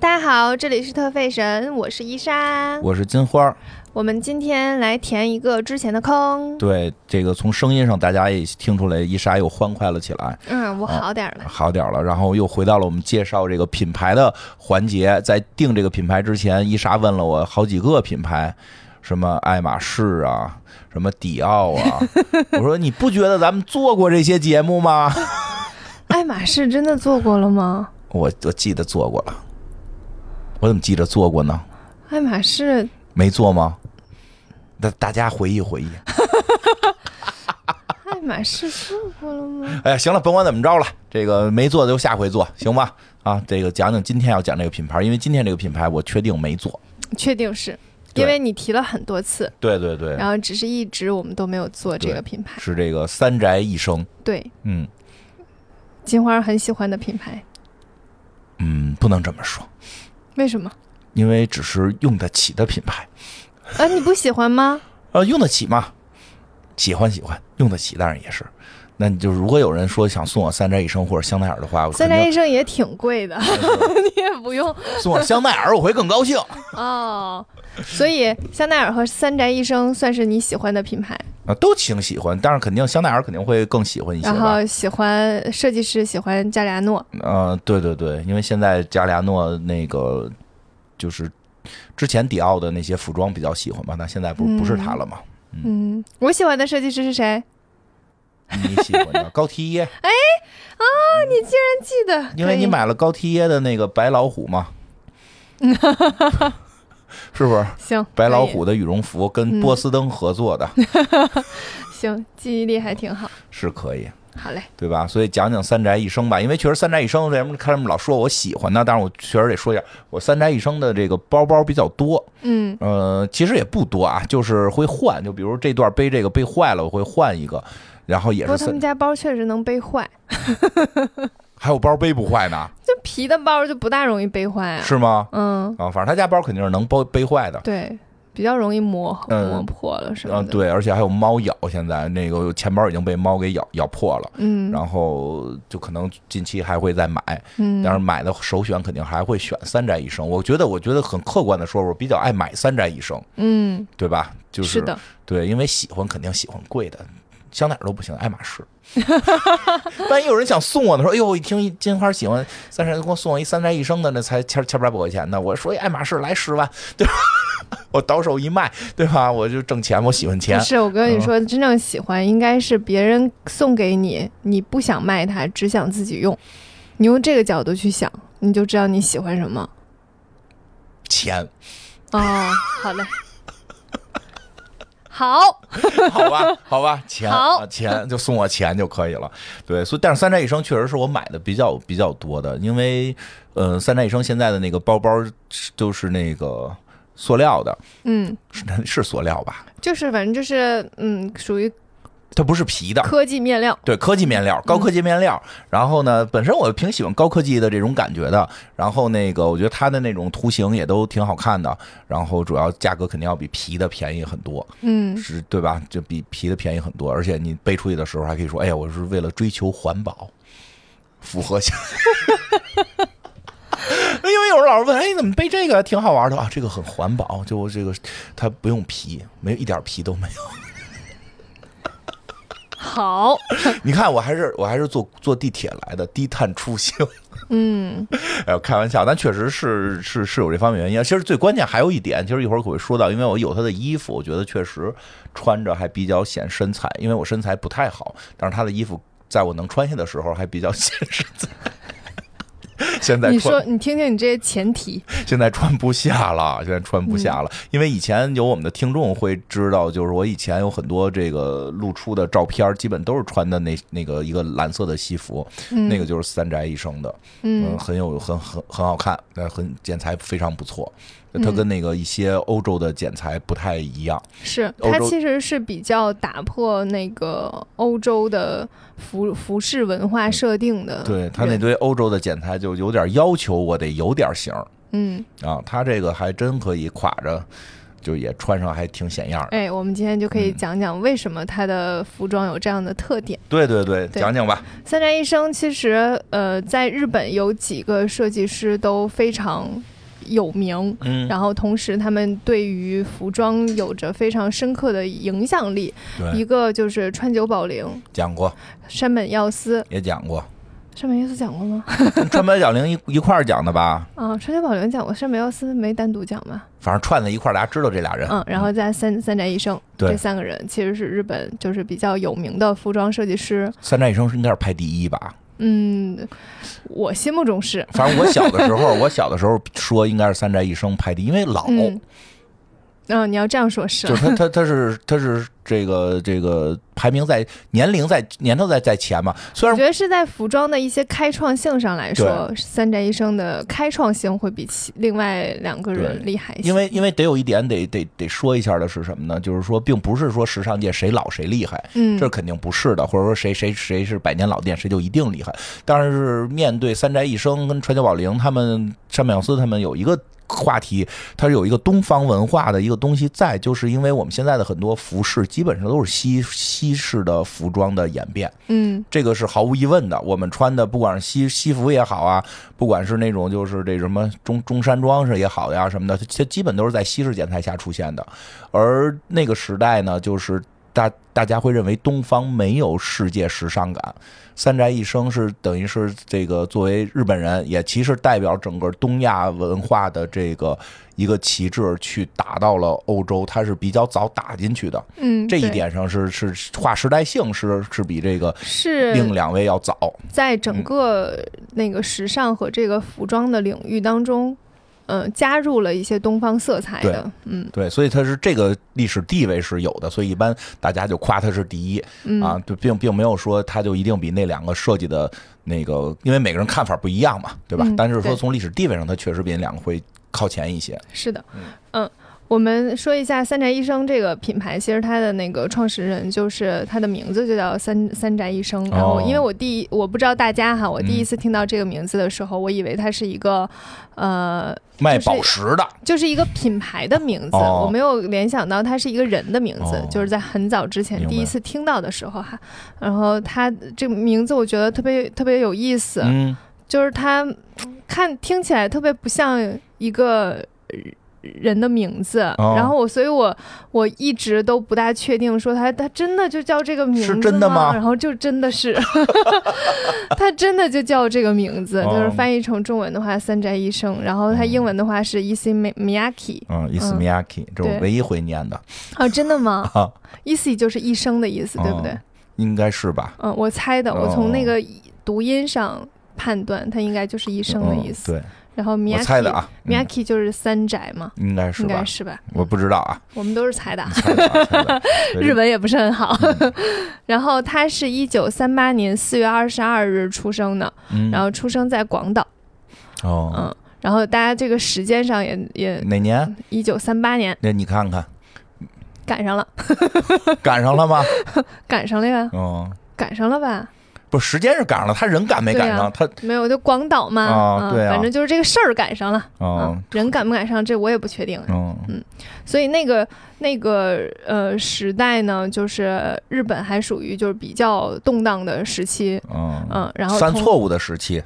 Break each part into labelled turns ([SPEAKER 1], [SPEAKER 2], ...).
[SPEAKER 1] 家好，这里是特费神，我是伊莎。
[SPEAKER 2] 我是金花儿。
[SPEAKER 1] 我们今天来填一个之前的坑。
[SPEAKER 2] 对，这个从声音上大家也听出来，伊莎又欢快了起来，
[SPEAKER 1] 嗯，我
[SPEAKER 2] 啊
[SPEAKER 1] 好点儿了。
[SPEAKER 2] 好点儿了。然后又回到了我们介绍这个品牌的环节。在定这个品牌之前，伊莎问了我好几个品牌，什么爱马仕啊，什么迪奥啊。我说你不觉得咱们做过这些节目吗？
[SPEAKER 1] 爱马仕真的做过了吗？
[SPEAKER 2] 我我记得做过了，我怎么记着做过呢？
[SPEAKER 1] 爱马仕
[SPEAKER 2] 没做吗？大大家回忆回忆。
[SPEAKER 1] 爱马仕做过了吗？
[SPEAKER 2] 哎呀，行了，甭管怎么着了，这个没做的就下回做，行吧？啊，这个讲讲今天要讲这个品牌，因为今天这个品牌我确定没做。
[SPEAKER 1] 确定是，
[SPEAKER 2] 对
[SPEAKER 1] 因为你提了很多次，
[SPEAKER 2] 对对对
[SPEAKER 1] 然后只是一直我们都没有做这
[SPEAKER 2] 对
[SPEAKER 1] 个品牌。
[SPEAKER 2] 是这个三宅一生。
[SPEAKER 1] 对，
[SPEAKER 2] 嗯
[SPEAKER 1] 金花很喜欢的品牌，
[SPEAKER 2] 嗯，不能这么说，
[SPEAKER 1] 为什么？
[SPEAKER 2] 因为只是用得起的品牌，
[SPEAKER 1] 啊，你不喜欢吗？
[SPEAKER 2] 呃，用得起嘛，喜欢喜欢，用得起当然也是。那你就如果有人说想送我三宅一生或者香奈儿的话，我
[SPEAKER 1] 三
[SPEAKER 2] 肯
[SPEAKER 1] 宅
[SPEAKER 2] 定
[SPEAKER 1] 一生也挺贵 的，你也不用
[SPEAKER 2] 送我香奈儿，我会更高兴。
[SPEAKER 1] 哦。所以香奈儿和三宅一生算是你喜欢的品牌，
[SPEAKER 2] 啊，都挺喜欢，但是肯定香奈儿肯定会更喜欢一些
[SPEAKER 1] 然
[SPEAKER 2] 吧。
[SPEAKER 1] 后喜欢设计师喜欢加利亚诺，
[SPEAKER 2] 呃，对对对，因为现在加利亚诺那个就是之前迪奥的那些服装比较喜欢吧，那现在不不是他了嘛？
[SPEAKER 1] 嗯，我喜欢的设计师是谁？
[SPEAKER 2] 你喜欢的高缇耶，
[SPEAKER 1] 记得，
[SPEAKER 2] 因为你
[SPEAKER 1] 可以
[SPEAKER 2] 买了高缇耶的那个白老虎嘛，是不是？
[SPEAKER 1] 行
[SPEAKER 2] 白老
[SPEAKER 1] 可
[SPEAKER 2] 虎的羽绒服跟波司登合作的，
[SPEAKER 1] 以行，记忆力还挺好。
[SPEAKER 2] 是可以。
[SPEAKER 1] 好嘞，
[SPEAKER 2] 对吧？所以讲讲三宅一生吧，因为确实三宅一生为什么看他们老说我喜欢呢？当然我确实得说一下，我三宅一生的这个包包比较多，
[SPEAKER 1] 嗯
[SPEAKER 2] 呃，其实也不多啊，就是会换，就比如这段背这个背坏了，我会换一个，然后也
[SPEAKER 1] 不
[SPEAKER 2] 是
[SPEAKER 1] 过他
[SPEAKER 2] 三
[SPEAKER 1] 们，家包确实能背坏，
[SPEAKER 2] 还有包背不坏呢，
[SPEAKER 1] 这皮的包就不大容易背坏啊。
[SPEAKER 2] 是吗？
[SPEAKER 1] 嗯，
[SPEAKER 2] 啊，反正他家包肯定是能包背坏的。
[SPEAKER 1] 对，比较容易磨
[SPEAKER 2] 嗯
[SPEAKER 1] 磨破了什么
[SPEAKER 2] 啊，
[SPEAKER 1] 的。
[SPEAKER 2] 对，而且还有猫咬，现在那个钱包已经被猫给咬咬破了，
[SPEAKER 1] 嗯
[SPEAKER 2] 然后就可能近期还会再买，
[SPEAKER 1] 嗯，
[SPEAKER 2] 但是买的首选肯定还会选三宅一生。我觉得，我觉得很客观的说，我比较爱买三宅一生，
[SPEAKER 1] 嗯，
[SPEAKER 2] 对吧？就是
[SPEAKER 1] 的，
[SPEAKER 2] 对，因为喜欢肯定喜欢贵的，香奈儿都不行，爱马 仕。万一有人想送我呢，说哎呦，一听金花喜欢三宅，给我送我一三宅一生的，那才千千八百块钱呢。我说哎一爱马仕来十万，对吧？ 我倒手一卖，对吧？我就挣钱，我喜欢钱
[SPEAKER 1] 不。是，我跟
[SPEAKER 2] 嗯
[SPEAKER 1] 你说，真正喜欢应该是别人送给你，你不想卖它，只想自己用。你用这个角度去想，你就知道你喜欢什么。
[SPEAKER 2] 钱，
[SPEAKER 1] 哦，好 嘞，好，
[SPEAKER 2] 好吧，好吧，钱
[SPEAKER 1] 好
[SPEAKER 2] 啊，钱就送我钱就可以了。对，所以但是三宅一生确实是我买的比较比较多的，因为呃，三宅一生现在的那个包包是就是那个塑料的，
[SPEAKER 1] 嗯，
[SPEAKER 2] 是是塑料吧？
[SPEAKER 1] 就是反正就是嗯，属于
[SPEAKER 2] 它不是皮的，
[SPEAKER 1] 科技面料，
[SPEAKER 2] 对，科技面料，高科技面料。然后呢，本身我挺喜欢高科技的这种感觉的。然后那个，我觉得它的那种图形也都挺好看的。然后主要价格肯定要比皮的便宜很多，
[SPEAKER 1] 嗯
[SPEAKER 2] 是对吧？就比皮的便宜很多。而且你背出去的时候还可以说：“哎呀，我是为了追求环保，符合性。”因为有人老是问：“哎，你怎么背这个？挺好玩的啊，这个很环保，就这个它不用皮，没有一点皮都没有。”
[SPEAKER 1] 好，
[SPEAKER 2] 你看，我还是我还是坐坐地铁来的，低碳出行。
[SPEAKER 1] 嗯
[SPEAKER 2] 哎呦，开玩笑，但确实是是是有这方面原因。其实最关键还有一点，其实一会儿可会说到，因为我有他的衣服，我觉得确实穿着还比较显身材，因为我身材不太好，但是他的衣服在我能穿下的时候还比较显身材。现在
[SPEAKER 1] 嗯你说
[SPEAKER 2] 穿
[SPEAKER 1] 你听听你这些前提，
[SPEAKER 2] 现在穿不下了，现在穿不下了，因为以前有我们的听众会知道，就是我以前有很多这个露出的照片，基本都是穿的那那个一个蓝色的西服，
[SPEAKER 1] 嗯
[SPEAKER 2] 那个就是三宅一生的，嗯，
[SPEAKER 1] 嗯
[SPEAKER 2] 很有很很很好看，呃，很剪裁非常不错。它
[SPEAKER 1] 嗯
[SPEAKER 2] 跟那个一些欧洲的剪裁不太一样，
[SPEAKER 1] 是
[SPEAKER 2] 欧
[SPEAKER 1] 它
[SPEAKER 2] 洲
[SPEAKER 1] 其实是比较打破那个欧洲的服服饰文化设定的人，
[SPEAKER 2] 对它那堆欧洲的剪裁就有点要求，我得有点型儿
[SPEAKER 1] 嗯，
[SPEAKER 2] 啊。它这个还真可以垮着，就也穿上还挺显样儿的。
[SPEAKER 1] 哎，我们今天就可以
[SPEAKER 2] 嗯
[SPEAKER 1] 讲讲为什么它的服装有这样的特点。
[SPEAKER 2] 对对对，
[SPEAKER 1] 对
[SPEAKER 2] 讲讲吧。
[SPEAKER 1] 三宅一生其实，呃，在日本有几个设计师都非常有名，
[SPEAKER 2] 嗯，
[SPEAKER 1] 然后同时他们对于服装有着非常深刻的影响力。一
[SPEAKER 2] 对，
[SPEAKER 1] 个就是川久保玲、
[SPEAKER 2] 讲过
[SPEAKER 1] 山本耀司，
[SPEAKER 2] 也讲过，
[SPEAKER 1] 山本耀司讲过吗？
[SPEAKER 2] 跟川本小玲一一 块儿讲的吧，
[SPEAKER 1] 啊，川久保玲讲过，山本耀司没单独讲吧？
[SPEAKER 2] 反正串在一块儿，大家知道这俩人。
[SPEAKER 1] 嗯，然后加三三宅一生
[SPEAKER 2] 对
[SPEAKER 1] 这三个人，其实是日本就是比较有名的服装设计师。
[SPEAKER 2] 三宅一生是应该是排第一吧？
[SPEAKER 1] 嗯，我心目中是，
[SPEAKER 2] 反正我小的时候，我小的时候说应该是三宅一生排第一，因为老，
[SPEAKER 1] 嗯，嗯、你要这样说是，
[SPEAKER 2] 就是他他他是他是这个这个排名在年龄在年头在在前嘛。虽
[SPEAKER 1] 我
[SPEAKER 2] 然
[SPEAKER 1] 觉得是在服装的一些开创性上来说，三宅一生的开创性会比其另外两个人
[SPEAKER 2] 对
[SPEAKER 1] 厉害一些。
[SPEAKER 2] 因为因为得有一点得得得说一下的是什么呢？就是说，并不是说时尚界谁老谁厉害，
[SPEAKER 1] 嗯，
[SPEAKER 2] 这肯定不是的，或者说谁谁谁是百年老店，谁就一定厉害。但是面对三宅一生跟川久保玲他们、山本耀司他们有一个。话题，它是有一个东方文化的一个东西在，就是因为我们现在的很多服饰基本上都是西西式的服装的演变，
[SPEAKER 1] 嗯
[SPEAKER 2] 这个是毫无疑问的。我们穿的不管是西西服也好啊，不管是那种就是这什么中中山装是也好呀什么的，它它基本都是在西式剪裁下出现的。而那个时代呢，就是大大家会认为东方没有世界时尚感。三宅一生是等于是这个作为日本人，也其实代表整个东亚文化的这个一个旗帜去打到了欧洲，它是比较早打进去的。
[SPEAKER 1] 嗯，
[SPEAKER 2] 这一
[SPEAKER 1] 对
[SPEAKER 2] 点上是是划时代性是是比这个
[SPEAKER 1] 是
[SPEAKER 2] 另嗯两位要早。
[SPEAKER 1] 在整个那个时尚和这个服装的领域当中，嗯、加入了一些东方色彩的。嗯
[SPEAKER 2] 对，所以它是这个历史地位是有的，所以一般大家就夸它是第一
[SPEAKER 1] 嗯，
[SPEAKER 2] 啊，就并并没有说它就一定比那两个设计的那个，因为每个人看法不一样嘛，对吧？
[SPEAKER 1] 嗯
[SPEAKER 2] 但是
[SPEAKER 1] 对
[SPEAKER 2] 说从历史地位上，它确实比那两个会靠前一些。
[SPEAKER 1] 是的
[SPEAKER 2] 嗯，
[SPEAKER 1] 嗯。我们说一下三宅一生这个品牌，其实它的那个创始人就是他的名字就叫三三宅一生。然后，
[SPEAKER 2] 哦
[SPEAKER 1] 因为我第一我不知道大家哈，我第一
[SPEAKER 2] 嗯
[SPEAKER 1] 次听到这个名字的时候，我以为它是一个呃，
[SPEAKER 2] 卖宝石的，
[SPEAKER 1] 就是一个品牌的名字，
[SPEAKER 2] 哦
[SPEAKER 1] 我没有联想到它是一个人的名字。
[SPEAKER 2] 哦
[SPEAKER 1] 就是在很早之前
[SPEAKER 2] 明白
[SPEAKER 1] 第一次听到的时候哈，然后它这个名字我觉得特别特别有意思，
[SPEAKER 2] 嗯，
[SPEAKER 1] 就是它嗯看听起来特别不像一个呃人的名字，
[SPEAKER 2] 哦
[SPEAKER 1] 然后我所以我我一直都不大确定说它它真的就叫这个名字
[SPEAKER 2] 是真的吗
[SPEAKER 1] 然后就真的是， 它真的就叫这个名字，
[SPEAKER 2] 哦
[SPEAKER 1] 就是翻译成中文的话三宅一生，然后它英文的话是 E C Miyaki
[SPEAKER 2] 嗯，伊斯米亚基，这是我
[SPEAKER 1] 对
[SPEAKER 2] 唯一会念的，
[SPEAKER 1] 哦，真的吗
[SPEAKER 2] 啊
[SPEAKER 1] ？E C 就是一生的意思，对不对
[SPEAKER 2] 哦？应该是吧？
[SPEAKER 1] 嗯，我猜的，我从
[SPEAKER 2] 哦
[SPEAKER 1] 那个读音上判断，它应该就是一生的意思。
[SPEAKER 2] 嗯、
[SPEAKER 1] 然后
[SPEAKER 2] 对，
[SPEAKER 1] Miyaki
[SPEAKER 2] 我猜的啊，嗯、
[SPEAKER 1] Miyaki 就是三宅嘛，
[SPEAKER 2] 应该是
[SPEAKER 1] 应
[SPEAKER 2] 吧
[SPEAKER 1] 该？是吧？
[SPEAKER 2] 我不知道 啊，
[SPEAKER 1] 我们都是猜的啊，
[SPEAKER 2] 猜的啊，猜的啊对
[SPEAKER 1] 日本也不是很好。
[SPEAKER 2] 嗯
[SPEAKER 1] 然后他是一九三八年四月二十二日出生的，
[SPEAKER 2] 嗯，
[SPEAKER 1] 然后出生在广岛，
[SPEAKER 2] 哦，
[SPEAKER 1] 嗯，然后大家这个时间上也也
[SPEAKER 2] 哪年？
[SPEAKER 1] 一九三八年
[SPEAKER 2] 那你看看，
[SPEAKER 1] 赶上了，
[SPEAKER 2] 赶 上了吗？
[SPEAKER 1] 赶上了呀，
[SPEAKER 2] 哦，
[SPEAKER 1] 赶上了吧？
[SPEAKER 2] 不是时间是赶上了，他人赶没赶上？他
[SPEAKER 1] 没有，就广岛嘛，
[SPEAKER 2] 啊对啊
[SPEAKER 1] 反正就是这个事儿赶上了，
[SPEAKER 2] 哦
[SPEAKER 1] 嗯，人赶不赶上这我也不确定，
[SPEAKER 2] 嗯
[SPEAKER 1] 所以那个那个呃时代呢，就是日本还属于就是比较动荡的时期，
[SPEAKER 2] 嗯，
[SPEAKER 1] 嗯，然后
[SPEAKER 2] 犯
[SPEAKER 1] 同
[SPEAKER 2] 错误的时期，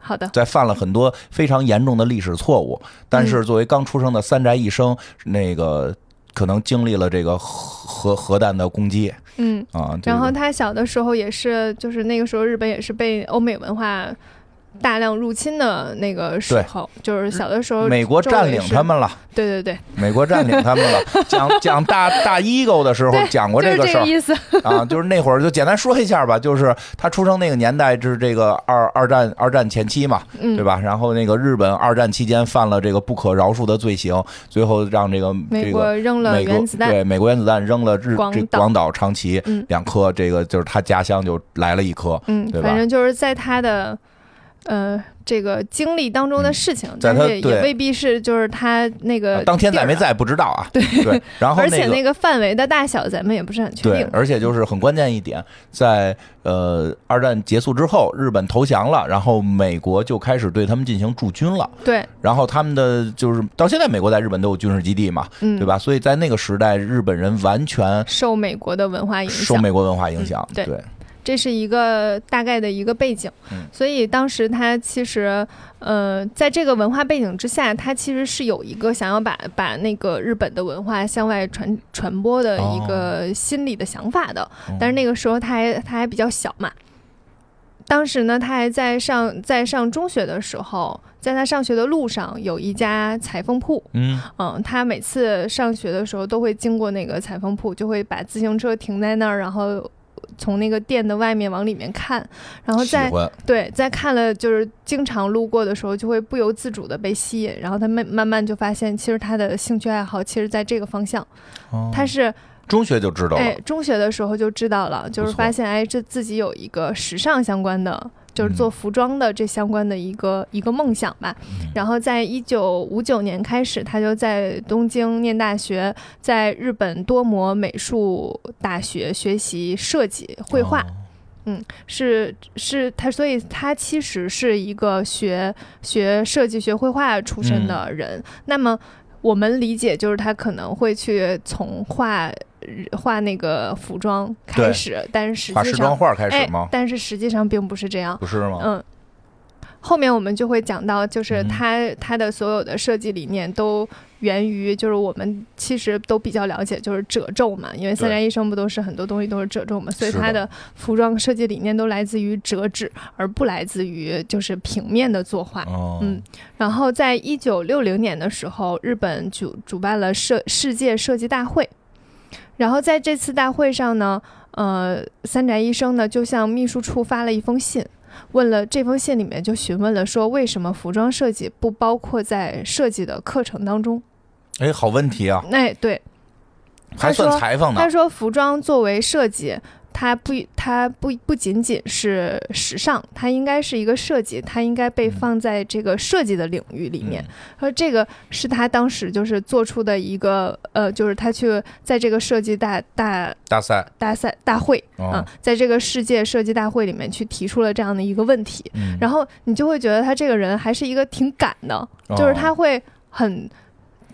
[SPEAKER 1] 好的，
[SPEAKER 2] 在犯了很多非常严重的历史错误，但是作为刚出生的三宅一生，那个可能经历了这个核核核弹的攻击
[SPEAKER 1] 嗯，
[SPEAKER 2] 啊，这
[SPEAKER 1] 然后
[SPEAKER 2] 个
[SPEAKER 1] 他小的时候也是，就是那个时候日本也是被欧美文化大量入侵的那个时候，就是小的时候
[SPEAKER 2] 美国占领他们了，
[SPEAKER 1] 对对对，
[SPEAKER 2] 美国占领他们 了。讲讲大大 ego 的时候
[SPEAKER 1] 对
[SPEAKER 2] 讲过这
[SPEAKER 1] 就
[SPEAKER 2] 个
[SPEAKER 1] 是
[SPEAKER 2] 事
[SPEAKER 1] 这
[SPEAKER 2] 儿
[SPEAKER 1] 个，意 思，
[SPEAKER 2] 啊，就是那会儿就简单说一下吧，就是他出生那个年代是这个二二战二战前期嘛，
[SPEAKER 1] 嗯，
[SPEAKER 2] 对吧？然后那个日本二战期间犯了这个不可饶恕的罪行，最后让这个
[SPEAKER 1] 美
[SPEAKER 2] 这个。
[SPEAKER 1] 国扔了
[SPEAKER 2] 美国
[SPEAKER 1] 原子弹，
[SPEAKER 2] 对美国原子弹扔了日
[SPEAKER 1] 广
[SPEAKER 2] 这
[SPEAKER 1] 岛
[SPEAKER 2] 广岛长崎
[SPEAKER 1] 嗯
[SPEAKER 2] 两颗，这个就是他家乡就来了一颗，
[SPEAKER 1] 嗯，
[SPEAKER 2] 对吧
[SPEAKER 1] 反正就是在他的呃这个经历当中的事情，
[SPEAKER 2] 嗯在
[SPEAKER 1] 但
[SPEAKER 2] 他
[SPEAKER 1] 是也
[SPEAKER 2] 对
[SPEAKER 1] 未必是就是他那个、
[SPEAKER 2] 啊当天在没。在不知道 啊。对然后
[SPEAKER 1] 而且
[SPEAKER 2] 那个
[SPEAKER 1] 那个范围的大小，咱们也不是很确
[SPEAKER 2] 对
[SPEAKER 1] 定，。
[SPEAKER 2] 而且就是很关键一点，在呃二战结束之后，日本投降了，然后美国就开始对他们进行驻军了，
[SPEAKER 1] 对，
[SPEAKER 2] 然后他们的就是到现在美国在日本都有军事基地嘛，
[SPEAKER 1] 嗯，
[SPEAKER 2] 对？吧？所以在那个时代，日本人完全
[SPEAKER 1] 受美国的文化影响，
[SPEAKER 2] 受美国文化影响
[SPEAKER 1] 嗯，对这是一个大概的一个背景。
[SPEAKER 2] 嗯
[SPEAKER 1] 所以当时他其实，呃，在这个文化背景之下，他其实是有一个想要把把那个日本的文化向外传传播的一个心理的想法的。
[SPEAKER 2] 哦
[SPEAKER 1] 但是那个时候他还他还比较小嘛。当时呢，他还在上在上中学的时候，在他上学的路上有一家裁缝铺，
[SPEAKER 2] 嗯
[SPEAKER 1] 嗯，他每次上学的时候都会经过那个裁缝铺，就会把自行车停在那儿，然后从那个店的外面往里面看，然后
[SPEAKER 2] 喜
[SPEAKER 1] 再
[SPEAKER 2] 欢
[SPEAKER 1] 对再看了，就是经常路过的时候就会不由自主的被吸引，然后他慢慢慢就发现，其实他的兴趣爱好其实在这个方向，
[SPEAKER 2] 哦
[SPEAKER 1] 他是
[SPEAKER 2] 中学就知道
[SPEAKER 1] 哎
[SPEAKER 2] 了，
[SPEAKER 1] 中学的时候就知道了，就
[SPEAKER 2] 不
[SPEAKER 1] 是
[SPEAKER 2] 错
[SPEAKER 1] 发现哎这自己有一个时尚相关的。就是做
[SPEAKER 2] 嗯
[SPEAKER 1] 服装的这相关的一个、一个梦想吧，
[SPEAKER 2] 嗯
[SPEAKER 1] 然后在一九五九年开始，他就在东京念大学，在日本多摩美术大学学习设计绘画，
[SPEAKER 2] 哦
[SPEAKER 1] 是是他，所以他其实是一个学学设计、学绘画出
[SPEAKER 2] 嗯
[SPEAKER 1] 身的人。那么我们理解就是他可能会去从画画那个服装开
[SPEAKER 2] 对
[SPEAKER 1] 始，但是实
[SPEAKER 2] 画
[SPEAKER 1] 际
[SPEAKER 2] 时装
[SPEAKER 1] 上
[SPEAKER 2] 画开
[SPEAKER 1] 哎
[SPEAKER 2] 始吗，？
[SPEAKER 1] 但是实际上并不是这样。
[SPEAKER 2] 不是吗？
[SPEAKER 1] 嗯，后面我们就会讲到，就是
[SPEAKER 2] 嗯
[SPEAKER 1] 他、他的所有的设计理念都源于，就是我们其实都比较了解，就是褶皱嘛，因为三
[SPEAKER 2] 对
[SPEAKER 1] 宅一生不都是很多东西都是褶皱嘛，所以
[SPEAKER 2] 是的
[SPEAKER 1] 他的服装设计理念都来自于折纸，而不来自于就是平面的作画。
[SPEAKER 2] 哦
[SPEAKER 1] 嗯然后在一九六零年的时候，日本主主办了设世界设计大会，然后在这次大会上呢，呃，三宅一生呢就向秘书处发了一封信，问了这封信里面就询问了说为什么服装设计不包括在设计的课程当中？
[SPEAKER 2] 哎，好问题啊，
[SPEAKER 1] 哎，对，
[SPEAKER 2] 还算
[SPEAKER 1] 说
[SPEAKER 2] 裁缝呢
[SPEAKER 1] 他。说服装作为设计。它不，它不不仅仅是时尚，它应该是一个设计，它应该被
[SPEAKER 2] 嗯
[SPEAKER 1] 放在这个设计的领域里面。
[SPEAKER 2] 嗯
[SPEAKER 1] 他说这个是他当时就是做出的一个呃，就是他去在这个设计大大
[SPEAKER 2] 大赛，
[SPEAKER 1] 大赛大会
[SPEAKER 2] 哦
[SPEAKER 1] 啊、在这个世界设计大会里面去提出了这样的一个问题，
[SPEAKER 2] 嗯
[SPEAKER 1] 然后你就会觉得他这个人还是一个挺敢的，就是他
[SPEAKER 2] 哦
[SPEAKER 1] 会很。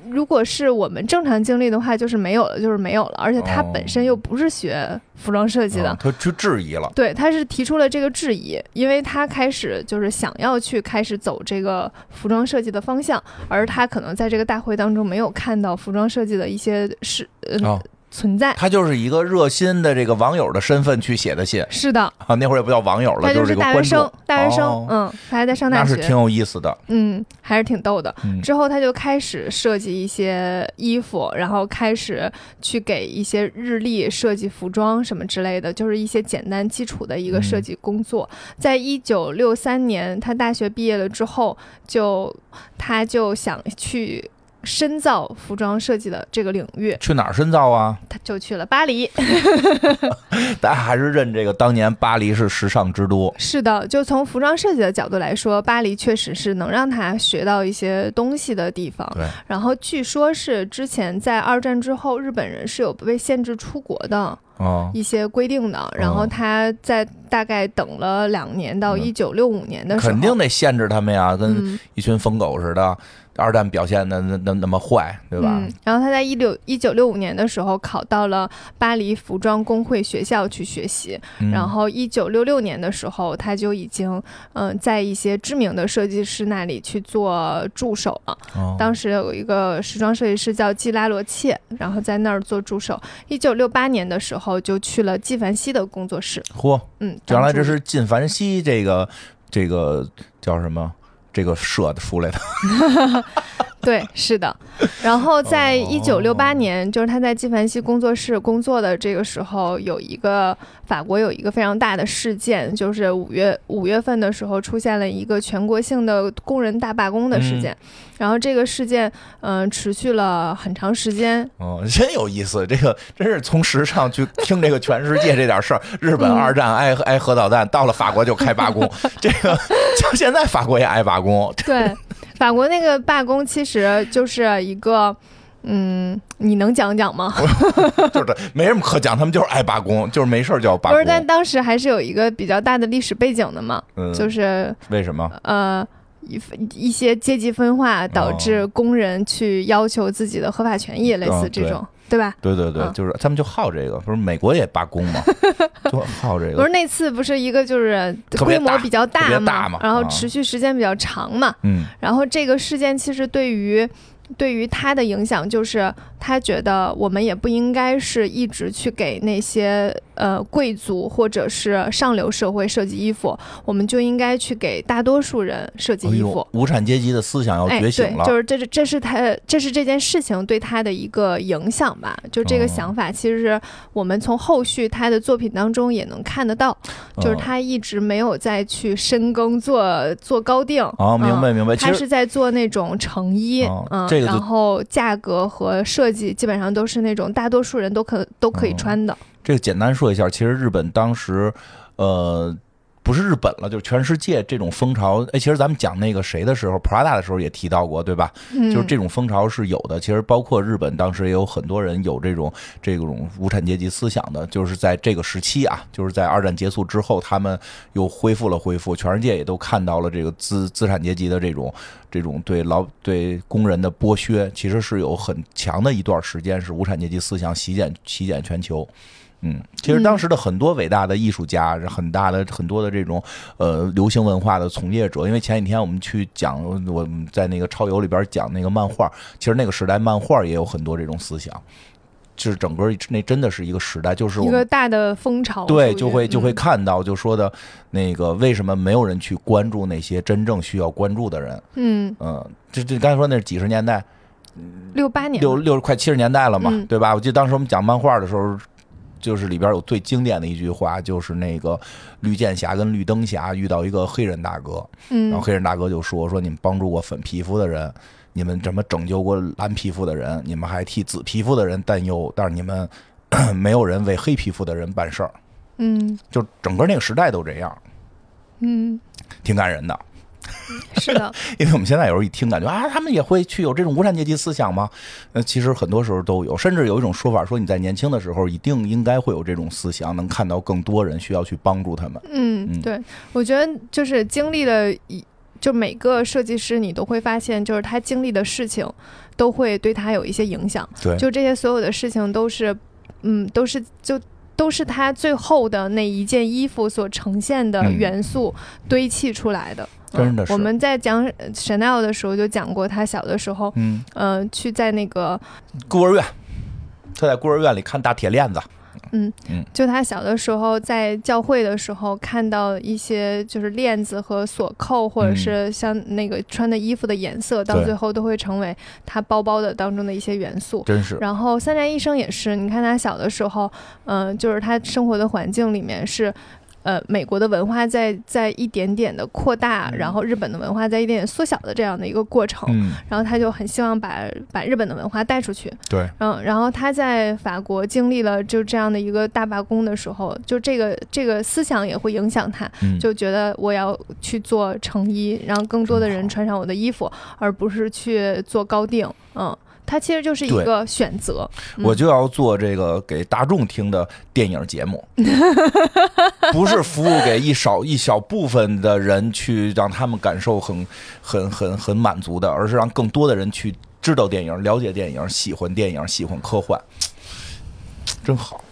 [SPEAKER 1] 如果是我们正常经历的话，就是没有了，就是没有了。而且他
[SPEAKER 2] 哦
[SPEAKER 1] 本身又不是学服装设计的
[SPEAKER 2] 哦，他去质疑了，
[SPEAKER 1] 对，他是提出了这个质疑，因为他开始就是想要去开始走这个服装设计的方向，而他可能在这个大会当中没有看到服装设计的一些是呃、
[SPEAKER 2] 哦
[SPEAKER 1] 存在。
[SPEAKER 2] 他就是一个热心的这个网友的身份去写的信
[SPEAKER 1] 是的，
[SPEAKER 2] 啊，那会儿也不叫网友
[SPEAKER 1] 他
[SPEAKER 2] 了，
[SPEAKER 1] 就是是
[SPEAKER 2] 这个
[SPEAKER 1] 大
[SPEAKER 2] 观
[SPEAKER 1] 学
[SPEAKER 2] 众
[SPEAKER 1] 生，，大学生，
[SPEAKER 2] 哦
[SPEAKER 1] 嗯，他还在上大
[SPEAKER 2] 那是挺
[SPEAKER 1] 学，
[SPEAKER 2] 有意思的，
[SPEAKER 1] 嗯，还是挺逗的。
[SPEAKER 2] 嗯，
[SPEAKER 1] 之后他就开始设计一些衣服，然后开始去给一些日历设计服装什么之类的，就是一些简单基础的一个设计工作。在一九六三年，他大学毕业了之后，就他就想去。深造服装设计的这个领域，
[SPEAKER 2] 去哪儿深造啊？
[SPEAKER 1] 他就去了巴黎。
[SPEAKER 2] 大家还是认这个当年巴黎是时尚之都，
[SPEAKER 1] 是的，就从服装设计的角度来说，巴黎确实是能让他学到一些东西的地方。
[SPEAKER 2] 对，
[SPEAKER 1] 然后据说是之前在二战之后，日本人是有被限制出国的
[SPEAKER 2] 哦，
[SPEAKER 1] 一些规定的。然后他在大概等了两年，到
[SPEAKER 2] 嗯
[SPEAKER 1] 一九六五年的时候，
[SPEAKER 2] 肯定得限制他们呀，跟
[SPEAKER 1] 嗯
[SPEAKER 2] 一群疯狗似的，二战表现的那那那么坏，对吧？
[SPEAKER 1] 嗯，然后他在一六一九六五年的时候考到了巴黎服装工会学校去学习，
[SPEAKER 2] 嗯
[SPEAKER 1] 然后一九六六年的时候，他就已经嗯、呃在一些知名的设计师那里去做助手了。
[SPEAKER 2] 哦
[SPEAKER 1] 当时有一个时装设计师叫季拉罗切，然后在那儿做助手。一九六八年的时候就去了纪梵希的工作室，
[SPEAKER 2] 嚯，
[SPEAKER 1] 嗯，
[SPEAKER 2] 原
[SPEAKER 1] 当助
[SPEAKER 2] 来这
[SPEAKER 1] 理
[SPEAKER 2] 是靳凡希这个这个叫什么？这个社的出来的，
[SPEAKER 1] 对，是的。然后在
[SPEAKER 2] 哦
[SPEAKER 1] 一九六八年，就是他在纪梵希工作室工作的这个时候，有一个法国有一个非常大的事件，就是五月五月份的时候出现了一个全国性的工人大罢工的事
[SPEAKER 2] 嗯
[SPEAKER 1] 件。然后这个事件，嗯、持续了很长时间。
[SPEAKER 2] 嗯，真有意思。这个真是从时尚去听这个全世界这点事儿。日
[SPEAKER 1] 嗯
[SPEAKER 2] 本二战挨挨核导弹，到了法国就开罢工。这个像现在法国也挨罢工，
[SPEAKER 1] 对，法国那个罢工其实就是一个，嗯，你能讲讲吗？
[SPEAKER 2] 就是没什么可讲，他们就是爱罢工，就是没事儿就要罢
[SPEAKER 1] 不是，但
[SPEAKER 2] 工。
[SPEAKER 1] 当时还是有一个比较大的历史背景的嘛，
[SPEAKER 2] 嗯，
[SPEAKER 1] 就是
[SPEAKER 2] 为什么？
[SPEAKER 1] 呃一一
[SPEAKER 2] 哦
[SPEAKER 1] 些阶级分化导致工人去要求自己的合法权益，类似这种。对吧？
[SPEAKER 2] 哦对对对，
[SPEAKER 1] 嗯
[SPEAKER 2] 就是他们就好这个，不是美国也罢工 嘛，就好这
[SPEAKER 1] 不
[SPEAKER 2] 个
[SPEAKER 1] 是，那次不是一个就是
[SPEAKER 2] 特别
[SPEAKER 1] 规
[SPEAKER 2] 大
[SPEAKER 1] 模比较
[SPEAKER 2] 特别
[SPEAKER 1] 大嘛，
[SPEAKER 2] 大嘛
[SPEAKER 1] 然后
[SPEAKER 2] 啊
[SPEAKER 1] 持续时间比较长嘛，
[SPEAKER 2] 嗯
[SPEAKER 1] 然后这个事件其实对于对于他的影响就是，他觉得我们也不应该是一直去给那些呃贵族或者是上流社会设计衣服，我们就应该去给大多数人设计
[SPEAKER 2] 哎
[SPEAKER 1] 衣服
[SPEAKER 2] 呦。，无产阶级的思想要
[SPEAKER 1] 哎，
[SPEAKER 2] 哦觉
[SPEAKER 1] 对
[SPEAKER 2] 醒，了，
[SPEAKER 1] 就是这是这是他这是这件事情对他的一个影响吧，就这个
[SPEAKER 2] 哦
[SPEAKER 1] 想法，其实是我们从后续他的作品当中也能看得到，就是
[SPEAKER 2] 嗯
[SPEAKER 1] 他一直没有再去深耕做做高定。
[SPEAKER 2] 哦，明
[SPEAKER 1] 嗯
[SPEAKER 2] 白明白，其
[SPEAKER 1] 他
[SPEAKER 2] 实
[SPEAKER 1] 是在做那种成衣，
[SPEAKER 2] 哦
[SPEAKER 1] 嗯，
[SPEAKER 2] 这个就
[SPEAKER 1] 然后价格和设计基本上都是那种大多数人都可都可以
[SPEAKER 2] 哦
[SPEAKER 1] 穿的。
[SPEAKER 2] 这个简单说一下，其实日本当时，呃。不是日本了，就是全世界这种风潮。哎，其实咱们讲那个谁的时候，Prada 的时候也提到过，对吧？
[SPEAKER 1] 嗯，
[SPEAKER 2] 就是这种风潮是有的。其实包括日本当时也有很多人有这种这种无产阶级思想的，就是在这个时期啊，就是在二战结束之后，他们又恢复了恢复，全世界也都看到了这个资资产阶级的这种这种对劳对工人的剥削，其实是有很强的一段时间是无产阶级思想席卷席卷全球。嗯，其实当时的很多伟大的艺术家，很大的很多的这种呃流行文化的从业者，因为前几天我们去讲，我们在那个超游里边讲那个漫画，其实那个时代漫画也有很多这种思想，就是整个那真的是一个时代，就是我
[SPEAKER 1] 一
[SPEAKER 2] 们
[SPEAKER 1] 个大的风潮属于，
[SPEAKER 2] 对，就会就会
[SPEAKER 1] 嗯
[SPEAKER 2] 看到，就说的那个为什么没有人去关注那些真正需要关注的人？
[SPEAKER 1] 嗯，
[SPEAKER 2] 嗯，这这刚才说那是几十年代，
[SPEAKER 1] 六八年
[SPEAKER 2] 六六快七十年代了嘛
[SPEAKER 1] 嗯，
[SPEAKER 2] 对吧？我记得当时我们讲漫画的时候。就是里边有最经典的一句话，就是那个绿箭侠跟绿灯侠遇到一个黑人大哥，然
[SPEAKER 1] 嗯
[SPEAKER 2] 后黑人大哥就说：“说你们帮助过粉皮肤的人，你们怎么拯救过蓝皮肤的人？你们还替紫皮肤的人担忧，但是你们 没有人为黑皮肤的人办事儿。”
[SPEAKER 1] 嗯
[SPEAKER 2] 就整个那个时代都这样，
[SPEAKER 1] 嗯，
[SPEAKER 2] 挺感人的。哦
[SPEAKER 1] 是的，
[SPEAKER 2] 因为我们现在有时候一听，感觉啊，他们也会去有这种无产阶级思想吗？呃，其实很多时候都有，甚至有一种说法说，你在年轻的时候一定应该会有这种思想，能看到更多人需要去帮助他们。
[SPEAKER 1] 嗯，
[SPEAKER 2] 嗯
[SPEAKER 1] 对，我觉得就是经历了一，就每个设计师你都会发现，就是他经历的事情都会对他有一些影响。
[SPEAKER 2] 对
[SPEAKER 1] 就这些所有的事情都是，嗯，都是就都是他最后的那一件衣服所呈现的
[SPEAKER 2] 嗯
[SPEAKER 1] 元素堆砌出来的。嗯
[SPEAKER 2] 真的是
[SPEAKER 1] 我们在讲呃 Chanel 的时候就讲过，他小的时候，
[SPEAKER 2] 嗯，
[SPEAKER 1] 呃，去在那个
[SPEAKER 2] 孤儿院，他在孤儿院里看大铁链子，
[SPEAKER 1] 就他小的时候在教会的时候看到一些就是链子和锁扣，或者是像那个穿的衣服的颜色，到
[SPEAKER 2] 嗯对
[SPEAKER 1] 最后都会成为他包包的当中的一些元素。
[SPEAKER 2] 真是
[SPEAKER 1] 然后三宅一生也是，你看他小的时候，嗯、就是他生活的环境里面是。呃，美国的文化在在一点点的扩大，
[SPEAKER 2] 嗯
[SPEAKER 1] 然后日本的文化在一点点缩小的这样的一个过程，
[SPEAKER 2] 嗯，
[SPEAKER 1] 然后他就很希望把把日本的文化带出去，
[SPEAKER 2] 对，
[SPEAKER 1] 嗯，然后他在法国经历了就这样的一个大罢工的时候，就这个这个思想也会影响他，
[SPEAKER 2] 嗯，
[SPEAKER 1] 就觉得我要去做成衣，让更多的
[SPEAKER 2] 真
[SPEAKER 1] 人
[SPEAKER 2] 好
[SPEAKER 1] 穿上我的衣服，而不是去做高定。嗯，他其实就是一
[SPEAKER 2] 对
[SPEAKER 1] 个选择。嗯
[SPEAKER 2] 我就要做这个给大众听的电影节 目，不是服务给一少一小部分的人去让他们感受很很很很满足的，而是让更多的人去知道电影、了解电影、喜欢电影、喜欢科幻，真好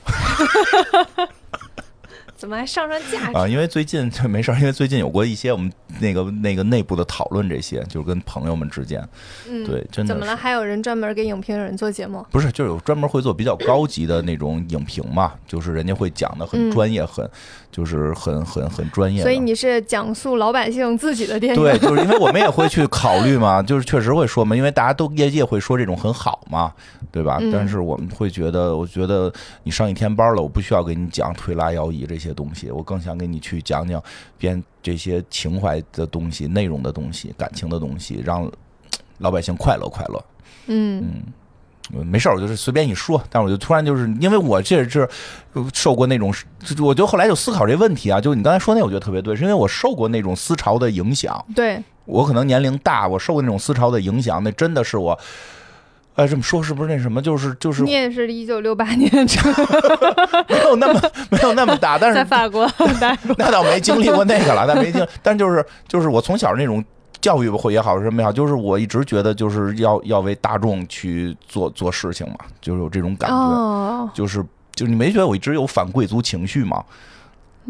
[SPEAKER 1] 怎么还上上价值？
[SPEAKER 2] 啊！因为最近 没事儿，因为最近有过一些我们那个那个内部的讨论，这些就是跟朋友们之间，
[SPEAKER 1] 嗯，
[SPEAKER 2] 对，真
[SPEAKER 1] 怎
[SPEAKER 2] 的
[SPEAKER 1] 么
[SPEAKER 2] 是
[SPEAKER 1] 了？还有人专门给影评人做节目？
[SPEAKER 2] 不是，就是有专门会做比较高级的那种影评嘛，就是人家会讲的很专业，很就是很很很专业的。
[SPEAKER 1] 所以你是讲述老百姓自己的电影。嗯
[SPEAKER 2] 对，就是因为我们也会去考虑嘛，就是确实会说嘛，因为大家都业界会说这种很好嘛，对吧？
[SPEAKER 1] 嗯
[SPEAKER 2] 但是我们会觉得，我觉得你上一天班了，我不需要给你讲推拉摇移这些东西，我更想给你去讲讲编这些情怀的东西、内容的东西、感情的东西，让老百姓快乐快乐。
[SPEAKER 1] 嗯
[SPEAKER 2] 嗯，我没事儿，我就是随便一说，但我就突然就是因为我这是受过那种，我就后来就思考这问题啊，就是你刚才说那，我觉得特别对，是因为我受过那种思潮的影响，
[SPEAKER 1] 对，
[SPEAKER 2] 我可能年龄大，我受过那种思潮的影响，那真的是我，哎，这么说是不是那什么？就是就是
[SPEAKER 1] 你
[SPEAKER 2] 没
[SPEAKER 1] 也是一九六八 年出
[SPEAKER 2] 有那么没有那么大， 但
[SPEAKER 1] 在
[SPEAKER 2] 是
[SPEAKER 1] 法国待过。
[SPEAKER 2] 那倒没经历过那个了，但没经，但就是就是我从小那种教育会也好，什么也好，就是我一直觉得就是要要为大众去做做事情嘛，就是有这种感觉，
[SPEAKER 1] 哦，
[SPEAKER 2] 就是就是你没觉得我一直有反贵族情绪吗？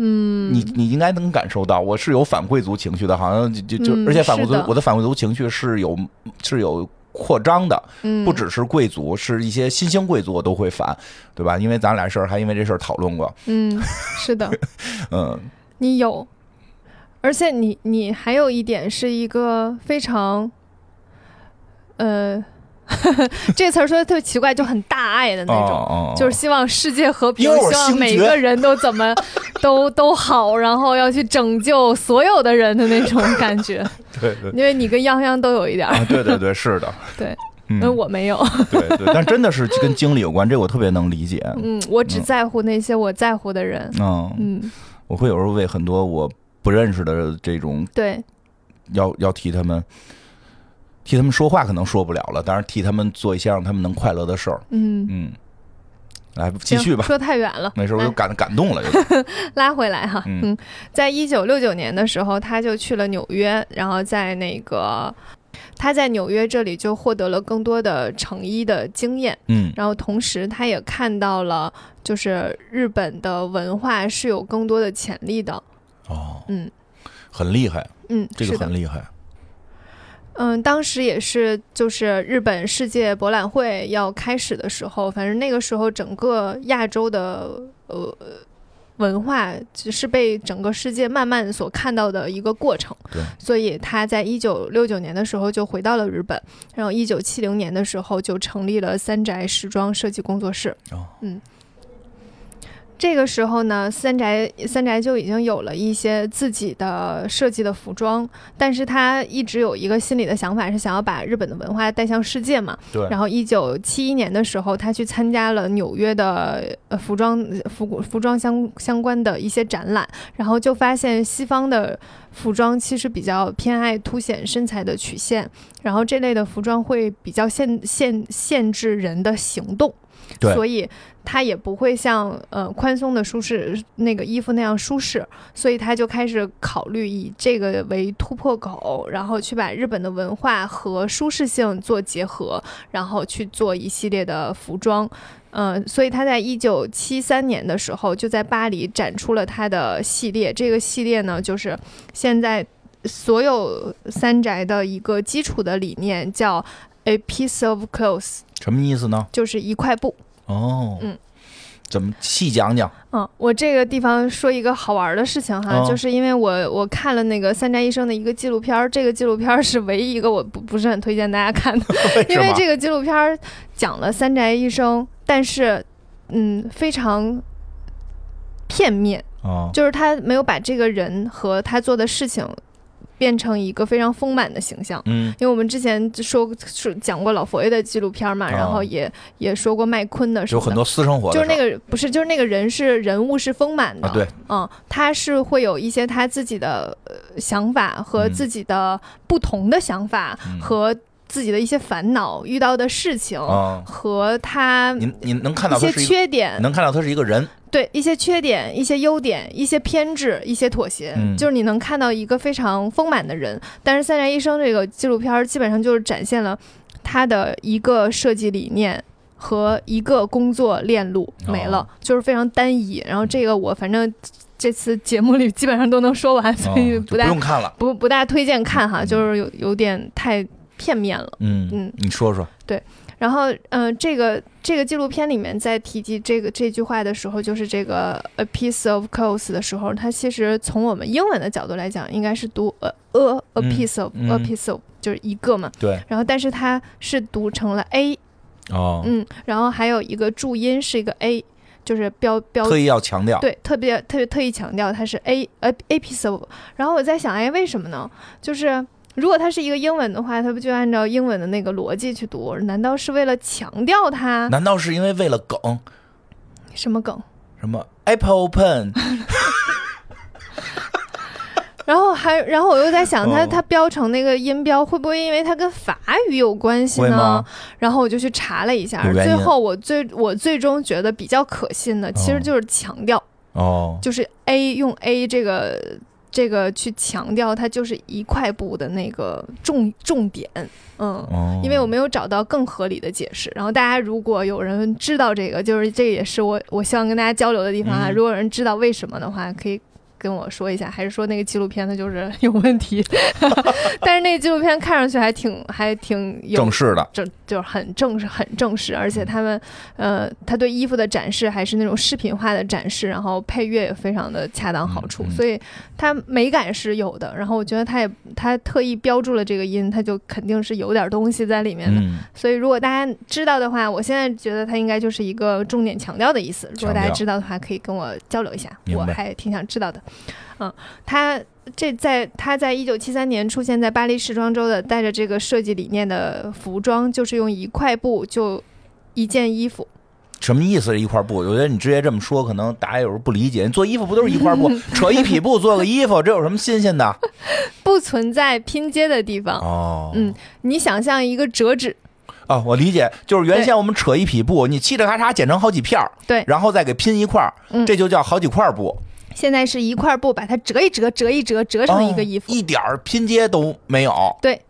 [SPEAKER 1] 嗯，
[SPEAKER 2] 你你应该能感受到，我是有反贵族情绪的，好像就就就，
[SPEAKER 1] 嗯
[SPEAKER 2] 而且反贵
[SPEAKER 1] 是
[SPEAKER 2] 族
[SPEAKER 1] 的
[SPEAKER 2] 我的反贵族情绪是有是有扩张的，
[SPEAKER 1] 嗯
[SPEAKER 2] 不只是贵族，是一些新兴贵族我都会反，对吧？因为咱俩事儿还因为这事儿讨论过，
[SPEAKER 1] 嗯，是的，
[SPEAKER 2] 嗯，
[SPEAKER 1] 你有，而且你你还有一点是一个非常，呃， 这个词儿说的特别奇怪，就很大爱的那种。
[SPEAKER 2] 哦
[SPEAKER 1] 就是希望世界和平
[SPEAKER 2] 因为，我
[SPEAKER 1] 希
[SPEAKER 2] 是
[SPEAKER 1] 望
[SPEAKER 2] 星
[SPEAKER 1] 每
[SPEAKER 2] 爵
[SPEAKER 1] 个人都怎 么都都好，然后要去拯救所有的人的那种感 觉。
[SPEAKER 2] 对对
[SPEAKER 1] 因为你跟泱泱都有一点儿，
[SPEAKER 2] 啊，对对对，是的，
[SPEAKER 1] 对，
[SPEAKER 2] 嗯，
[SPEAKER 1] 嗯，我没有，
[SPEAKER 2] 对对，但真的是跟经历有关，这我特别能理解，
[SPEAKER 1] 嗯，我只在乎那些我在乎的人，
[SPEAKER 2] 嗯，
[SPEAKER 1] 嗯，
[SPEAKER 2] 我会有时候为很多我不认识的这种
[SPEAKER 1] 对，
[SPEAKER 2] 要要替他们替他们说话，可能说不了了，但是替他们做一些让他们能快乐的事儿。
[SPEAKER 1] 嗯，
[SPEAKER 2] 嗯，来继续
[SPEAKER 1] 行
[SPEAKER 2] 吧，
[SPEAKER 1] 说太远了，
[SPEAKER 2] 没事，我
[SPEAKER 1] 来
[SPEAKER 2] 又感感动了，有点
[SPEAKER 1] 拉回来哈，
[SPEAKER 2] 嗯
[SPEAKER 1] 嗯，在一九六九年的时候，他就去了纽约，然后在那个他在纽约这里就获得了更多的成衣的经验，
[SPEAKER 2] 嗯
[SPEAKER 1] 然后同时他也看到了，就是日本的文化是有更多的潜力的，
[SPEAKER 2] 哦，
[SPEAKER 1] 嗯
[SPEAKER 2] 很厉害，
[SPEAKER 1] 嗯，
[SPEAKER 2] 这
[SPEAKER 1] 是
[SPEAKER 2] 个
[SPEAKER 1] 的
[SPEAKER 2] 很，厉害，
[SPEAKER 1] 嗯，当时也是就是日本世界博览会要开始的时候，反正那个时候整个亚洲的呃文化只是被整个世界慢慢所看到的一个过程
[SPEAKER 2] 对。
[SPEAKER 1] 所以他在一九六九年的时候就回到了日本，然后一九七零年的时候就成立了三宅时装设计工作室。
[SPEAKER 2] 哦
[SPEAKER 1] 嗯。这个时候呢，三宅三宅就已经有了一些自己的设计的服装，但是他一直有一个心里的想法，是想要把日本的文化带向世界嘛。
[SPEAKER 2] 对
[SPEAKER 1] 然后，一九七一年的时候，他去参加了纽约的呃服装服服装相相关的一些展览，然后就发现西方的服装其实比较偏爱凸显身材的曲线，然后这类的服装会比较限限限制人的行动，
[SPEAKER 2] 对
[SPEAKER 1] 所以它也不会像呃宽松的舒适那个衣服那样舒适，所以他就开始考虑以这个为突破口，然后去把日本的文化和舒适性做结合，然后去做一系列的服装。嗯，所以他在一九七三年的时候就在巴黎展出了他的系列。这个系列呢，就是现在所有三宅的一个基础的理念，叫 a piece of clothes，
[SPEAKER 2] 什么意思呢？
[SPEAKER 1] 就是一块布。
[SPEAKER 2] 哦，
[SPEAKER 1] 嗯，
[SPEAKER 2] 怎么细讲讲？
[SPEAKER 1] 嗯，我这个地方说一个好玩儿的事情哈，
[SPEAKER 2] 哦
[SPEAKER 1] 就是因为我我看了那个三宅一生的一个纪录片儿，这个纪录片儿是唯一一个我不不是很推荐大家看的，因为
[SPEAKER 2] 吗
[SPEAKER 1] 这个纪录片儿讲了三宅一生，但是嗯非常片面，
[SPEAKER 2] 哦，
[SPEAKER 1] 就是他没有把这个人和他做的事情变成一个非常丰满的形象。
[SPEAKER 2] 嗯
[SPEAKER 1] 因为我们之前就说说讲过老佛爷的纪录片儿嘛，然
[SPEAKER 2] 哦
[SPEAKER 1] 后也、也说过麦昆的什
[SPEAKER 2] 有
[SPEAKER 1] 么的
[SPEAKER 2] 很，多私生活
[SPEAKER 1] 就
[SPEAKER 2] 的
[SPEAKER 1] 是
[SPEAKER 2] 事
[SPEAKER 1] 那
[SPEAKER 2] 儿
[SPEAKER 1] 个不是，就是那个人是人物是丰满的，
[SPEAKER 2] 啊，对，
[SPEAKER 1] 嗯，他是会有一些他自己的呃想法和
[SPEAKER 2] 嗯
[SPEAKER 1] 自己的不同的想法、
[SPEAKER 2] 嗯
[SPEAKER 1] 和自己的一些烦恼、遇到的事情、
[SPEAKER 2] 啊，
[SPEAKER 1] 和他
[SPEAKER 2] 您您能看
[SPEAKER 1] 嗯一
[SPEAKER 2] 到他
[SPEAKER 1] 些
[SPEAKER 2] 是一个，
[SPEAKER 1] 缺点，
[SPEAKER 2] 能看到他是一个人，
[SPEAKER 1] 对一些缺点、一些优点、一些偏执、一些妥协，
[SPEAKER 2] 嗯
[SPEAKER 1] 就是你能看到一个非常丰满的人。但是《三宅一生》这个纪录片儿基本上就是展现了他的一个设计理念。和一个工作链路没了，
[SPEAKER 2] 哦
[SPEAKER 1] 就是非常单一。然后这个我反正这次节目里基本上都能说完，
[SPEAKER 2] 哦
[SPEAKER 1] 所以
[SPEAKER 2] 就不
[SPEAKER 1] 大、
[SPEAKER 2] 用看了，
[SPEAKER 1] 不不大推荐看哈，
[SPEAKER 2] 嗯
[SPEAKER 1] 就是有有点太片面了。
[SPEAKER 2] 嗯
[SPEAKER 1] 嗯
[SPEAKER 2] 你说说，
[SPEAKER 1] 然后，嗯、这个这个纪录片里面在提及这个这句话的时候，就是这个 a piece of clothes 的时候，它其实从我们英文的角度来讲，应该是读 a a a
[SPEAKER 2] 嗯
[SPEAKER 1] piece of、
[SPEAKER 2] 嗯
[SPEAKER 1] a piece of 就是一个嘛。
[SPEAKER 2] 对，
[SPEAKER 1] 然后，但是它是读成了 a，
[SPEAKER 2] 哦，
[SPEAKER 1] 嗯，然后还有一个注音是一个 a，就是标标
[SPEAKER 2] 特意要强调，
[SPEAKER 1] 对，特别特别特意强调它是 a a a piece of。然后我在想，哎，为什么呢？就是如果它是一个英文的话，它不就按照英文的那个逻辑去读？难道是为了强调它
[SPEAKER 2] 难道是因为为了梗
[SPEAKER 1] 什么梗？
[SPEAKER 2] 什么 Apple Pen？
[SPEAKER 1] 然后还，然后我又在想，它
[SPEAKER 2] 哦
[SPEAKER 1] 它标成那个音标，会不会因为它跟法语有关系
[SPEAKER 2] 会
[SPEAKER 1] 呢
[SPEAKER 2] 吗？
[SPEAKER 1] 然后我就去查了一下
[SPEAKER 2] 有，原
[SPEAKER 1] 最
[SPEAKER 2] 因
[SPEAKER 1] 后我最我最终觉得比较可信的，其实
[SPEAKER 2] 哦
[SPEAKER 1] 就是强调，
[SPEAKER 2] 哦，
[SPEAKER 1] 就是 a 用 a 这个这个去强调它就是一块布的那个重重点，嗯。
[SPEAKER 2] 哦
[SPEAKER 1] 因为我没有找到更合理的解释，然后大家如果有人知道这个，就是这个也是我我希望跟大家交流的地方啊。
[SPEAKER 2] 嗯
[SPEAKER 1] 如果有人知道为什么的话，可以跟我说一下，还是说那个纪录片它就是 有问题？但是那个纪录片看上去还挺还挺有
[SPEAKER 2] 正式的，
[SPEAKER 1] 正就是很正式，很正式，而
[SPEAKER 2] 嗯
[SPEAKER 1] 且他们，呃，他对衣服的展示还是那种视频化的展示，然后配乐也非常的恰当好处，
[SPEAKER 2] 嗯嗯
[SPEAKER 1] 所以它美感是有的。然后我觉得他也他特意标注了这个音，他就肯定是有点东西在里面的。
[SPEAKER 2] 嗯，
[SPEAKER 1] 所以如果大家知道的话，我现在觉得它应该就是一个重点强调的意思。如果大
[SPEAKER 2] 强
[SPEAKER 1] 家
[SPEAKER 2] 调
[SPEAKER 1] 知道的话，可以跟我交流一下，
[SPEAKER 2] 明
[SPEAKER 1] 我
[SPEAKER 2] 白
[SPEAKER 1] 还挺想知道的。嗯，他这在他在一九七三年出现在巴黎时装周的，带着这个设计理念的服装，就是用一块布就一件衣服。
[SPEAKER 2] 什么意思？一块布？我觉得你直接这么说，可能大家有时候不理解。你做衣服不都是一块 布，扯一匹布做个衣服，这有什么新鲜的？
[SPEAKER 1] 不存在拼接的地方，
[SPEAKER 2] 哦，
[SPEAKER 1] 嗯你想象一个折纸，
[SPEAKER 2] 哦，我理解，就是原先我们扯一匹布，你嘁哩咔嚓剪成好几片儿，
[SPEAKER 1] 对
[SPEAKER 2] 然后再给拼一块儿，
[SPEAKER 1] 嗯
[SPEAKER 2] 这就叫好几块布，
[SPEAKER 1] 现在是一块布把它折一折，折一折，折成一个衣服。
[SPEAKER 2] 哦一点儿拼接都没有。
[SPEAKER 1] 对，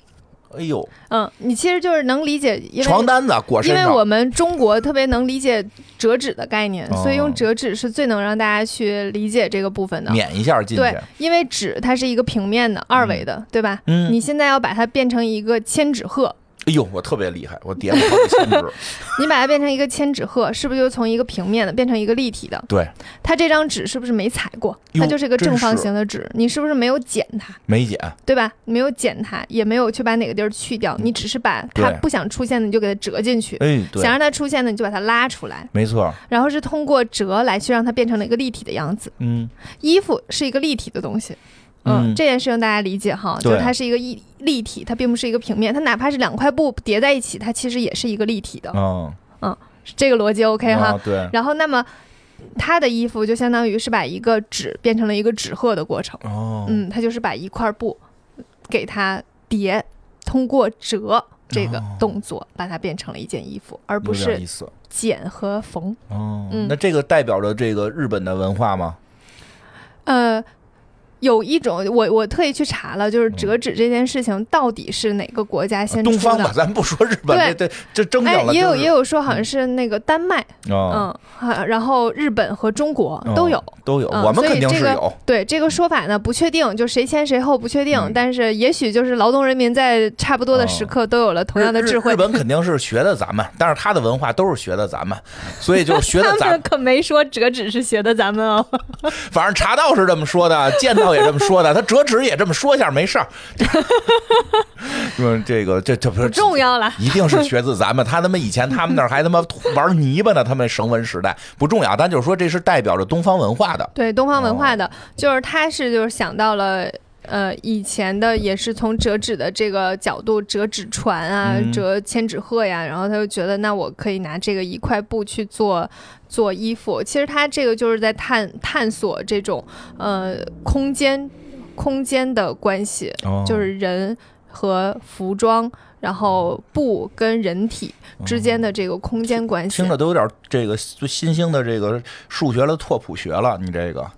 [SPEAKER 2] 哎呦，
[SPEAKER 1] 嗯，你其实就是能理解，因为
[SPEAKER 2] 床单子裹
[SPEAKER 1] 因
[SPEAKER 2] 身
[SPEAKER 1] 为
[SPEAKER 2] 上，
[SPEAKER 1] 我们中国特别能理解折纸的概念，
[SPEAKER 2] 哦
[SPEAKER 1] 所以用折纸是最能让大家去理解这个部分的。
[SPEAKER 2] 免一下进去
[SPEAKER 1] 对，，因为纸它是一个平面的、二维的，对吧？
[SPEAKER 2] 嗯
[SPEAKER 1] 你现在要把它变成一个千纸 鹤，
[SPEAKER 2] 哎呦，我特别厉害，我叠了好几千只。
[SPEAKER 1] 你把它变成一个千纸鹤，是不是就从一个平面的变成一个立体的？
[SPEAKER 2] 对，
[SPEAKER 1] 它这张纸是不是没裁过？
[SPEAKER 2] 哟
[SPEAKER 1] 它就是一个正方
[SPEAKER 2] 真是
[SPEAKER 1] 形的纸，你是不是没有剪它？
[SPEAKER 2] 梅姐，
[SPEAKER 1] 对吧？你没有剪它，也没有去把哪个地儿去掉，你只是把它
[SPEAKER 2] 嗯对
[SPEAKER 1] 不想出现的你就给它折进去，
[SPEAKER 2] 哎，
[SPEAKER 1] 想
[SPEAKER 2] 对，
[SPEAKER 1] 让它出现的你就把它拉出来。
[SPEAKER 2] 没错，
[SPEAKER 1] 然后是通过折来去让它变成了一个立体的样子。
[SPEAKER 2] 嗯，
[SPEAKER 1] 衣服是一个立体的东西，嗯，
[SPEAKER 2] 嗯
[SPEAKER 1] 这件事情大家理解哈，
[SPEAKER 2] 对
[SPEAKER 1] 就是它是一个一立体，它并不是一个平面，它哪怕是两块布叠在一起，它其实也是一个立体的，
[SPEAKER 2] 嗯，
[SPEAKER 1] 这个逻辑 OK 哦哈。
[SPEAKER 2] 啊，对，
[SPEAKER 1] 然后那么。它的衣服就相当于是把一个纸变成了一个纸鹤的过程，
[SPEAKER 2] 哦，
[SPEAKER 1] 嗯，它就是把一块布给它叠，通过折这个
[SPEAKER 2] 哦
[SPEAKER 1] 动作把它变成了一件衣服，而不
[SPEAKER 2] 有点
[SPEAKER 1] 是
[SPEAKER 2] 意思。
[SPEAKER 1] 剪和缝。
[SPEAKER 2] 哦，
[SPEAKER 1] 嗯
[SPEAKER 2] 那这个代表着这个日本的文化吗？
[SPEAKER 1] 呃，有一种我我特意去查了，就是折纸这件事情到底是哪个国家先出
[SPEAKER 2] 嗯东
[SPEAKER 1] 的？
[SPEAKER 2] 方吧，咱不说日本，
[SPEAKER 1] 对
[SPEAKER 2] 这这这争
[SPEAKER 1] 哎
[SPEAKER 2] 吵，了，
[SPEAKER 1] 也有
[SPEAKER 2] 真是嗯
[SPEAKER 1] 也有说好像是那个丹麦，
[SPEAKER 2] 哦
[SPEAKER 1] 嗯，啊然后日本和中国
[SPEAKER 2] 哦
[SPEAKER 1] 都有。
[SPEAKER 2] 都有，
[SPEAKER 1] 嗯
[SPEAKER 2] 我们肯定
[SPEAKER 1] 所以
[SPEAKER 2] 是
[SPEAKER 1] 这个
[SPEAKER 2] 有，
[SPEAKER 1] 对这个说法呢，不确定，就谁先谁后不确定，
[SPEAKER 2] 嗯哦
[SPEAKER 1] 但是也许就是劳动人民在差不多的时刻都有了同样的
[SPEAKER 2] 日
[SPEAKER 1] 智慧
[SPEAKER 2] 日。本肯定是学的咱们，但是他的文化都是学的咱们，所以就是学的
[SPEAKER 1] 他
[SPEAKER 2] 咱
[SPEAKER 1] 们可没说折纸是学的咱们哦，
[SPEAKER 2] 反正茶道是这么说的，剑道也这么说的，他折纸也这么说一下，没事儿。嗯，这个这这不
[SPEAKER 1] 不
[SPEAKER 2] 是
[SPEAKER 1] 重，要啦。
[SPEAKER 2] 一定是学自咱们。他他妈以前他们那儿还他妈玩泥巴呢，他们绳文时代不重要，但就是说这是代表着东方文化的。
[SPEAKER 1] 对东方文
[SPEAKER 2] 哦
[SPEAKER 1] 化的，就是他是就是想到了。呃，以前的也是从折纸的这个角度折纸船啊，
[SPEAKER 2] 嗯
[SPEAKER 1] 折千纸鹤呀，然后他就觉得，那我可以拿这个一块布去做做衣服。其实他这个就是在探探索这种呃空间空间的关系，
[SPEAKER 2] 哦
[SPEAKER 1] 就是人和服装，然后布跟人体之间的这个空间关系。
[SPEAKER 2] 哦听着都有点这个新兴的这个数学了拓扑学了，你这个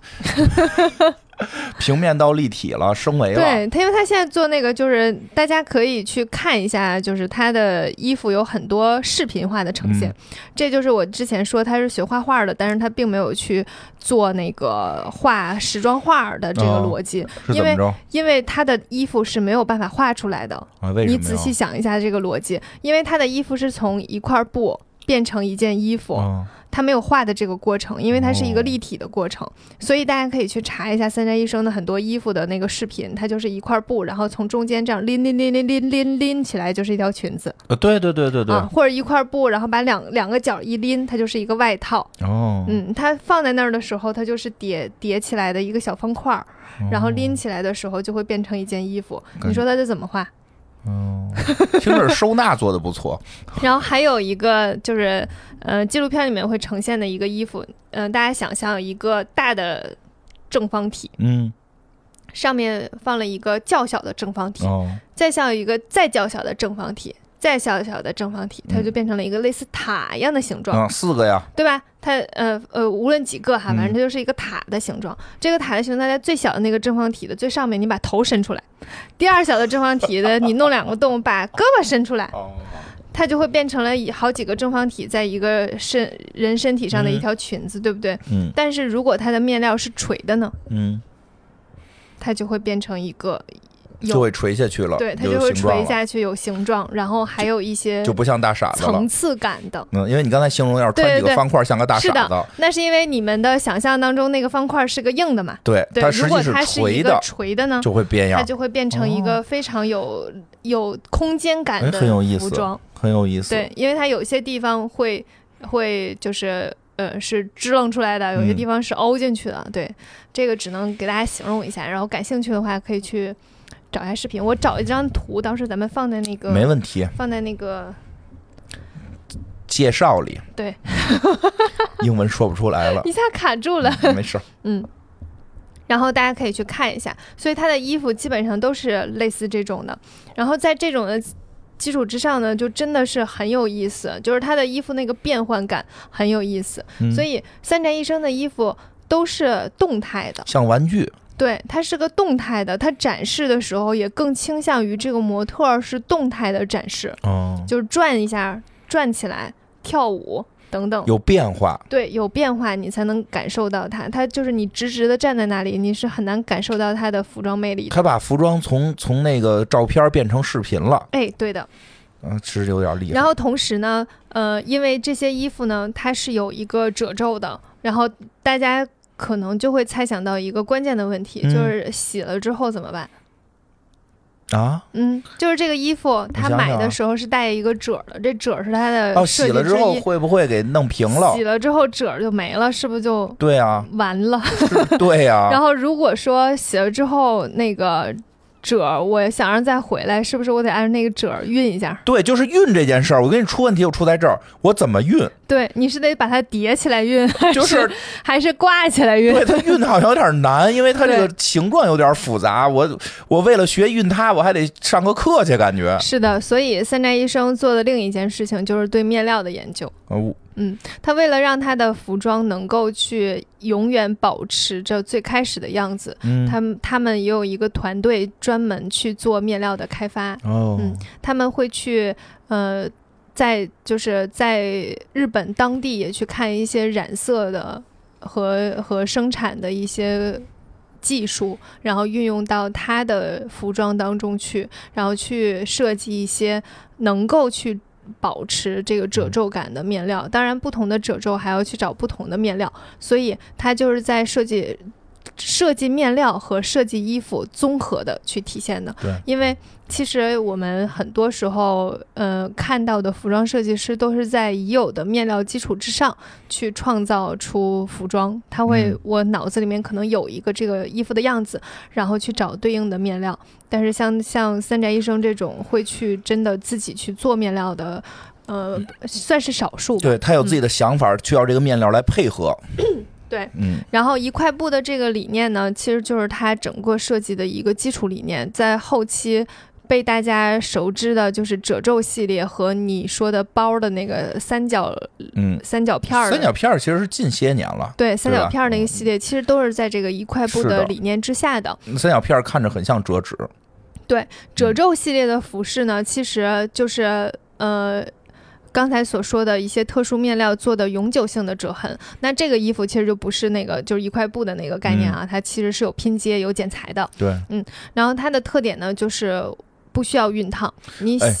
[SPEAKER 2] 平面到立体了，升维了。
[SPEAKER 1] 对他，因为他现在做那个，就是大家可以去看一下，就是他的衣服有很多视频化的呈现。
[SPEAKER 2] 嗯
[SPEAKER 1] 这就是我之前说他是学画画的，但是他并没有去做那个画时装画的这个
[SPEAKER 2] 哦
[SPEAKER 1] 逻辑，
[SPEAKER 2] 是怎么着
[SPEAKER 1] 因为他的衣服是没有办法画出来的。
[SPEAKER 2] 啊？为什么呀？
[SPEAKER 1] 你仔细想一下这个逻辑，因为他的衣服是从一块布变成一件衣服，
[SPEAKER 2] 嗯
[SPEAKER 1] 它没有画的这个过程，因为它是一
[SPEAKER 2] 哦
[SPEAKER 1] 个立体的过程，所以大家可以去查一下三宅一生的很多衣服的那个视频，它就是一块布，然后从中间这样拎拎拎拎拎拎拎起来就是一条裙子
[SPEAKER 2] 呃对对对对对
[SPEAKER 1] 啊，，或者一块布，然后把两两个角一拎，它就是一个外套。
[SPEAKER 2] 哦，
[SPEAKER 1] 嗯，它放在那儿的时候，它就是叠叠起来的一个小方块儿，然后拎起来的时候就会变成一件衣服。
[SPEAKER 2] 哦感
[SPEAKER 1] 你说它这怎么画？
[SPEAKER 2] 哦，听着收纳做的不错，
[SPEAKER 1] 然后还有一个就是，呃，纪录片里面会呈现的一个衣服，嗯、大家想象一个大的正方体，
[SPEAKER 2] 嗯，
[SPEAKER 1] 上面放了一个较小的正方体，
[SPEAKER 2] 哦，
[SPEAKER 1] 再像一个再较小的正方体，再小小的正方体，它就变成了一个类似塔一样的形状，
[SPEAKER 2] 嗯，四个呀，
[SPEAKER 1] 对吧？它呃呃，无论几个哈，
[SPEAKER 2] 嗯
[SPEAKER 1] 反正它就是一个塔的形状。这个塔的形状，在最小的那个正方体的最上面，你把头伸出来；第二小的正方体的，你弄两个洞，把胳膊伸出来，
[SPEAKER 2] 哦，
[SPEAKER 1] 它就会变成了以好几个正方体在一个身人身体上的一条裙子，对不对？
[SPEAKER 2] 嗯
[SPEAKER 1] 但是如果它的面料是垂的呢，
[SPEAKER 2] 嗯，
[SPEAKER 1] 它就会变成一个有
[SPEAKER 2] 就会垂下去了，
[SPEAKER 1] 对，它
[SPEAKER 2] 有
[SPEAKER 1] 就会
[SPEAKER 2] 形状
[SPEAKER 1] 垂
[SPEAKER 2] 了，
[SPEAKER 1] 下去有形状，然后还有一些
[SPEAKER 2] 就不像大傻子了
[SPEAKER 1] 层。次感的。
[SPEAKER 2] 嗯，因为你刚才形容要是穿
[SPEAKER 1] 对
[SPEAKER 2] 几个
[SPEAKER 1] 对
[SPEAKER 2] 方块像个大
[SPEAKER 1] 是
[SPEAKER 2] 傻子
[SPEAKER 1] 的，那是因为你们的想象当中那个方块是个硬的嘛？
[SPEAKER 2] 对，
[SPEAKER 1] 对，
[SPEAKER 2] 它
[SPEAKER 1] 如
[SPEAKER 2] 实
[SPEAKER 1] 果
[SPEAKER 2] 际是
[SPEAKER 1] 它是一
[SPEAKER 2] 垂
[SPEAKER 1] 个
[SPEAKER 2] 的，
[SPEAKER 1] 垂的呢，
[SPEAKER 2] 就会变
[SPEAKER 1] 它
[SPEAKER 2] 样，
[SPEAKER 1] 就会变成一个非常有有空间感
[SPEAKER 2] 哎很有意
[SPEAKER 1] 的服
[SPEAKER 2] 思
[SPEAKER 1] 装。
[SPEAKER 2] 很有意思。
[SPEAKER 1] 对，因为它有些地方会会就是。呃，是支棱出来的，有些
[SPEAKER 2] 嗯
[SPEAKER 1] 地方是凹进去的。对，这个只能给大家形容一下，然后感兴趣的话可以去找一下视频。我找一张图，到时候咱们放在那个
[SPEAKER 2] 没问题，
[SPEAKER 1] 放在那个
[SPEAKER 2] 介绍里，
[SPEAKER 1] 对，
[SPEAKER 2] 英文说不出来了，
[SPEAKER 1] 一下卡住了。
[SPEAKER 2] 嗯没事儿，
[SPEAKER 1] 嗯，然后大家可以去看一下，所以他的衣服基本上都是类似这种的。然后在这种的基础之上呢，就真的是很有意思，就是他的衣服那个变换感很有意思。
[SPEAKER 2] 嗯
[SPEAKER 1] 所以三宅一生的衣服都是动态的，
[SPEAKER 2] 像玩具，
[SPEAKER 1] 对，它是个动态的，它展示的时候也更倾向于这个模特儿是动态的展示，
[SPEAKER 2] 嗯，
[SPEAKER 1] 就是转一下、转起来、跳舞等等。
[SPEAKER 2] 有变化，
[SPEAKER 1] 对，有变化你才能感受到它。它就是你直直的站在那里，你是很难感受到它的服装魅力的。
[SPEAKER 2] 他把服装从从那个照片变成视频了，
[SPEAKER 1] 哎，对的。
[SPEAKER 2] 嗯，其实有点厉害。
[SPEAKER 1] 然后同时呢，呃，因为这些衣服呢，它是有一个褶皱的，然后大家可能就会猜想到一个关键的问题，
[SPEAKER 2] 嗯
[SPEAKER 1] 就是洗了之后怎么办？
[SPEAKER 2] 啊，
[SPEAKER 1] 嗯，就是这个衣服，它
[SPEAKER 2] 想
[SPEAKER 1] 买
[SPEAKER 2] 想啊
[SPEAKER 1] 的时候是带一个褶儿的，这褶儿是它的
[SPEAKER 2] 哦，
[SPEAKER 1] 呃设
[SPEAKER 2] 洗
[SPEAKER 1] 计
[SPEAKER 2] 了之
[SPEAKER 1] 之
[SPEAKER 2] 后
[SPEAKER 1] 一
[SPEAKER 2] 会不会给弄平了
[SPEAKER 1] 洗？了之后褶儿就没了，是不是就
[SPEAKER 2] 对啊，
[SPEAKER 1] 完了？
[SPEAKER 2] 是 对
[SPEAKER 1] 然
[SPEAKER 2] 啊，
[SPEAKER 1] 后如果说洗了之后那个褶儿，我想让再回来，是不是我得按那个褶儿熨一下？
[SPEAKER 2] 对，就是熨这件事儿，我跟你出问题就出在这儿，我怎 么熨？
[SPEAKER 1] 对，你是得把它叠起来 熨，还
[SPEAKER 2] 就是是
[SPEAKER 1] 还是挂起来
[SPEAKER 2] 对
[SPEAKER 1] 熨？
[SPEAKER 2] 它熨的好像有点难，因为它这
[SPEAKER 1] 对
[SPEAKER 2] 个形状有点复杂。我我为了学熨它，我还得上个课去，感觉。
[SPEAKER 1] 是的，所以三宅一生做的另一件事情就是对面料的研究。
[SPEAKER 2] 呃我
[SPEAKER 1] 他为了让他的服装能够去永远保持着最开始的样子，
[SPEAKER 2] 嗯，
[SPEAKER 1] 他们他们也有一个团队专门去做面料的开发。
[SPEAKER 2] 哦，
[SPEAKER 1] 嗯他们会去呃，在就是在日本当地也去看一些染色的和和生产的一些技术，然后运用到他的服装当中去，然后去设计一些能够去。保持这个褶
[SPEAKER 2] 嗯
[SPEAKER 1] 皱感的面料，当然不同的褶皱还要去找不同的面料，所以它就是在设计设计面料和设计衣服综合的去体现的。
[SPEAKER 2] 对
[SPEAKER 1] 因为其实我们很多时候，呃，看到的服装设计师都是在已有的面料基础之上去创造出服装。他会，
[SPEAKER 2] 嗯
[SPEAKER 1] 我脑子里面可能有一个这个衣服的样子，然后去找对应的面料。但是像像三宅一生这种会去真的自己去做面料的，呃，算是少数吧。
[SPEAKER 2] 对，他有自己的想法，需要这个面料来配合。
[SPEAKER 1] 对，
[SPEAKER 2] 嗯，
[SPEAKER 1] 然后一块布的这个理念呢，其实就是它整个设计的一个基础理念，在后期。被大家熟知的就是褶皱系列和你说的包的那个三角
[SPEAKER 2] 嗯，
[SPEAKER 1] 三角片儿的，
[SPEAKER 2] 三角片儿其实是近些年了，
[SPEAKER 1] 对三角
[SPEAKER 2] 吧
[SPEAKER 1] 片儿那个系列，其实都是在这个一块布
[SPEAKER 2] 是的
[SPEAKER 1] 的理念之下的。
[SPEAKER 2] 三角片儿看着很像折纸，
[SPEAKER 1] 褶皱系列的服饰呢，其实就是呃。刚才所说的一些特殊面料做的永久性的折痕，那这个衣服其实就不是那个就是一块布的那个概念
[SPEAKER 2] 嗯
[SPEAKER 1] 啊，它其实是有拼接、有剪裁的。
[SPEAKER 2] 对，
[SPEAKER 1] 然后它的特点呢，就是不需要熨烫，你洗、
[SPEAKER 2] 哎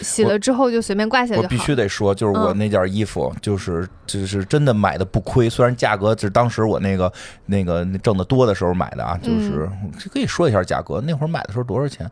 [SPEAKER 1] 洗了之后就随便挂起来
[SPEAKER 2] 我
[SPEAKER 1] 就
[SPEAKER 2] 必
[SPEAKER 1] 好。
[SPEAKER 2] 须得说，就是我
[SPEAKER 1] 嗯
[SPEAKER 2] 那件衣服，就是就是真的买的不亏，虽然价格就是当时我那个那个那挣的多的时候买的啊，
[SPEAKER 1] 嗯
[SPEAKER 2] 就是这可以说一下价格，那会儿买的时候多少钱？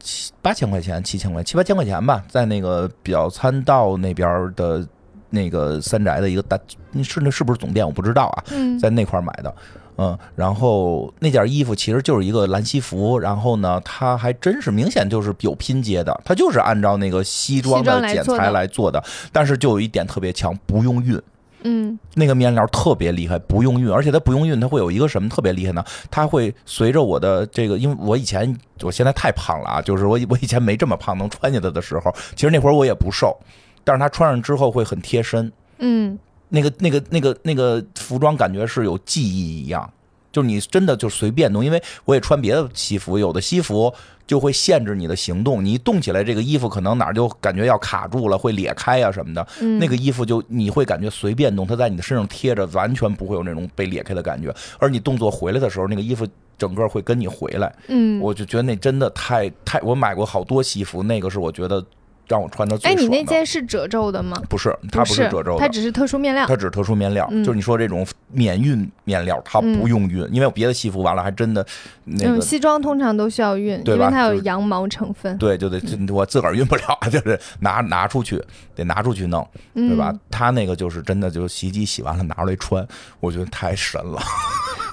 [SPEAKER 2] 七八千块钱，七千块，七八千块钱吧，在那个表参道那边儿的那个三宅的一个大，是那是不是总店我不知道啊，
[SPEAKER 1] 嗯，
[SPEAKER 2] 在那块儿买的。嗯，然后那件衣服其实就是一个兰西服，然后呢，它还真是明显就是有拼接的，它就是按照那个西装
[SPEAKER 1] 西装
[SPEAKER 2] 的
[SPEAKER 1] 来
[SPEAKER 2] 剪
[SPEAKER 1] 做的
[SPEAKER 2] 裁来做的，但是就有一点特别强，不用熨，
[SPEAKER 1] 嗯
[SPEAKER 2] 那个面料特别厉害，不用熨，而且它不用熨，它会有一个什么特别厉害呢？它会随着我的这个，因为我以前我现在太胖了啊，就是我我以前没这么胖，能穿下它的时候，其实那会儿我也不瘦，但是它穿上之后会很贴身，
[SPEAKER 1] 嗯
[SPEAKER 2] 那个那个那个那个服装感觉是有记忆一样，就是你真的就随便弄，因为我也穿别的西服，有的西服就会限制你的行动，你一动起来，这个衣服可能哪儿就感觉要卡住了，会裂开啊什么的。
[SPEAKER 1] 嗯，
[SPEAKER 2] 那个衣服就你会感觉随便动，它在你的身上贴着，完全不会有那种被裂开的感觉。而你动作回来的时候，那个衣服整个会跟你回来。
[SPEAKER 1] 嗯，
[SPEAKER 2] 我就觉得那真的太太，我买过好多西服，那个是我觉得让我穿的最
[SPEAKER 1] 哎，
[SPEAKER 2] 爽的。
[SPEAKER 1] 你那件是褶皱的吗？
[SPEAKER 2] 不是，它
[SPEAKER 1] 不
[SPEAKER 2] 不是褶皱
[SPEAKER 1] 它
[SPEAKER 2] 的。
[SPEAKER 1] 只是特殊面料
[SPEAKER 2] 它。只是特殊面料，
[SPEAKER 1] 嗯
[SPEAKER 2] 就是你说这种免熨面料，它不用熨，因为有别的西服完了还真的那个
[SPEAKER 1] 嗯，西装通常都需要熨，
[SPEAKER 2] 对
[SPEAKER 1] 因为
[SPEAKER 2] 吧
[SPEAKER 1] 它有
[SPEAKER 2] 就是
[SPEAKER 1] 羊毛成分，
[SPEAKER 2] 对，就得
[SPEAKER 1] 嗯
[SPEAKER 2] 我自个儿熨不了， 就是拿拿出去，得拿出去弄，
[SPEAKER 1] 嗯
[SPEAKER 2] 对吧？他那个就是真的，就是洗衣机洗完了拿出来穿，我觉得太神了。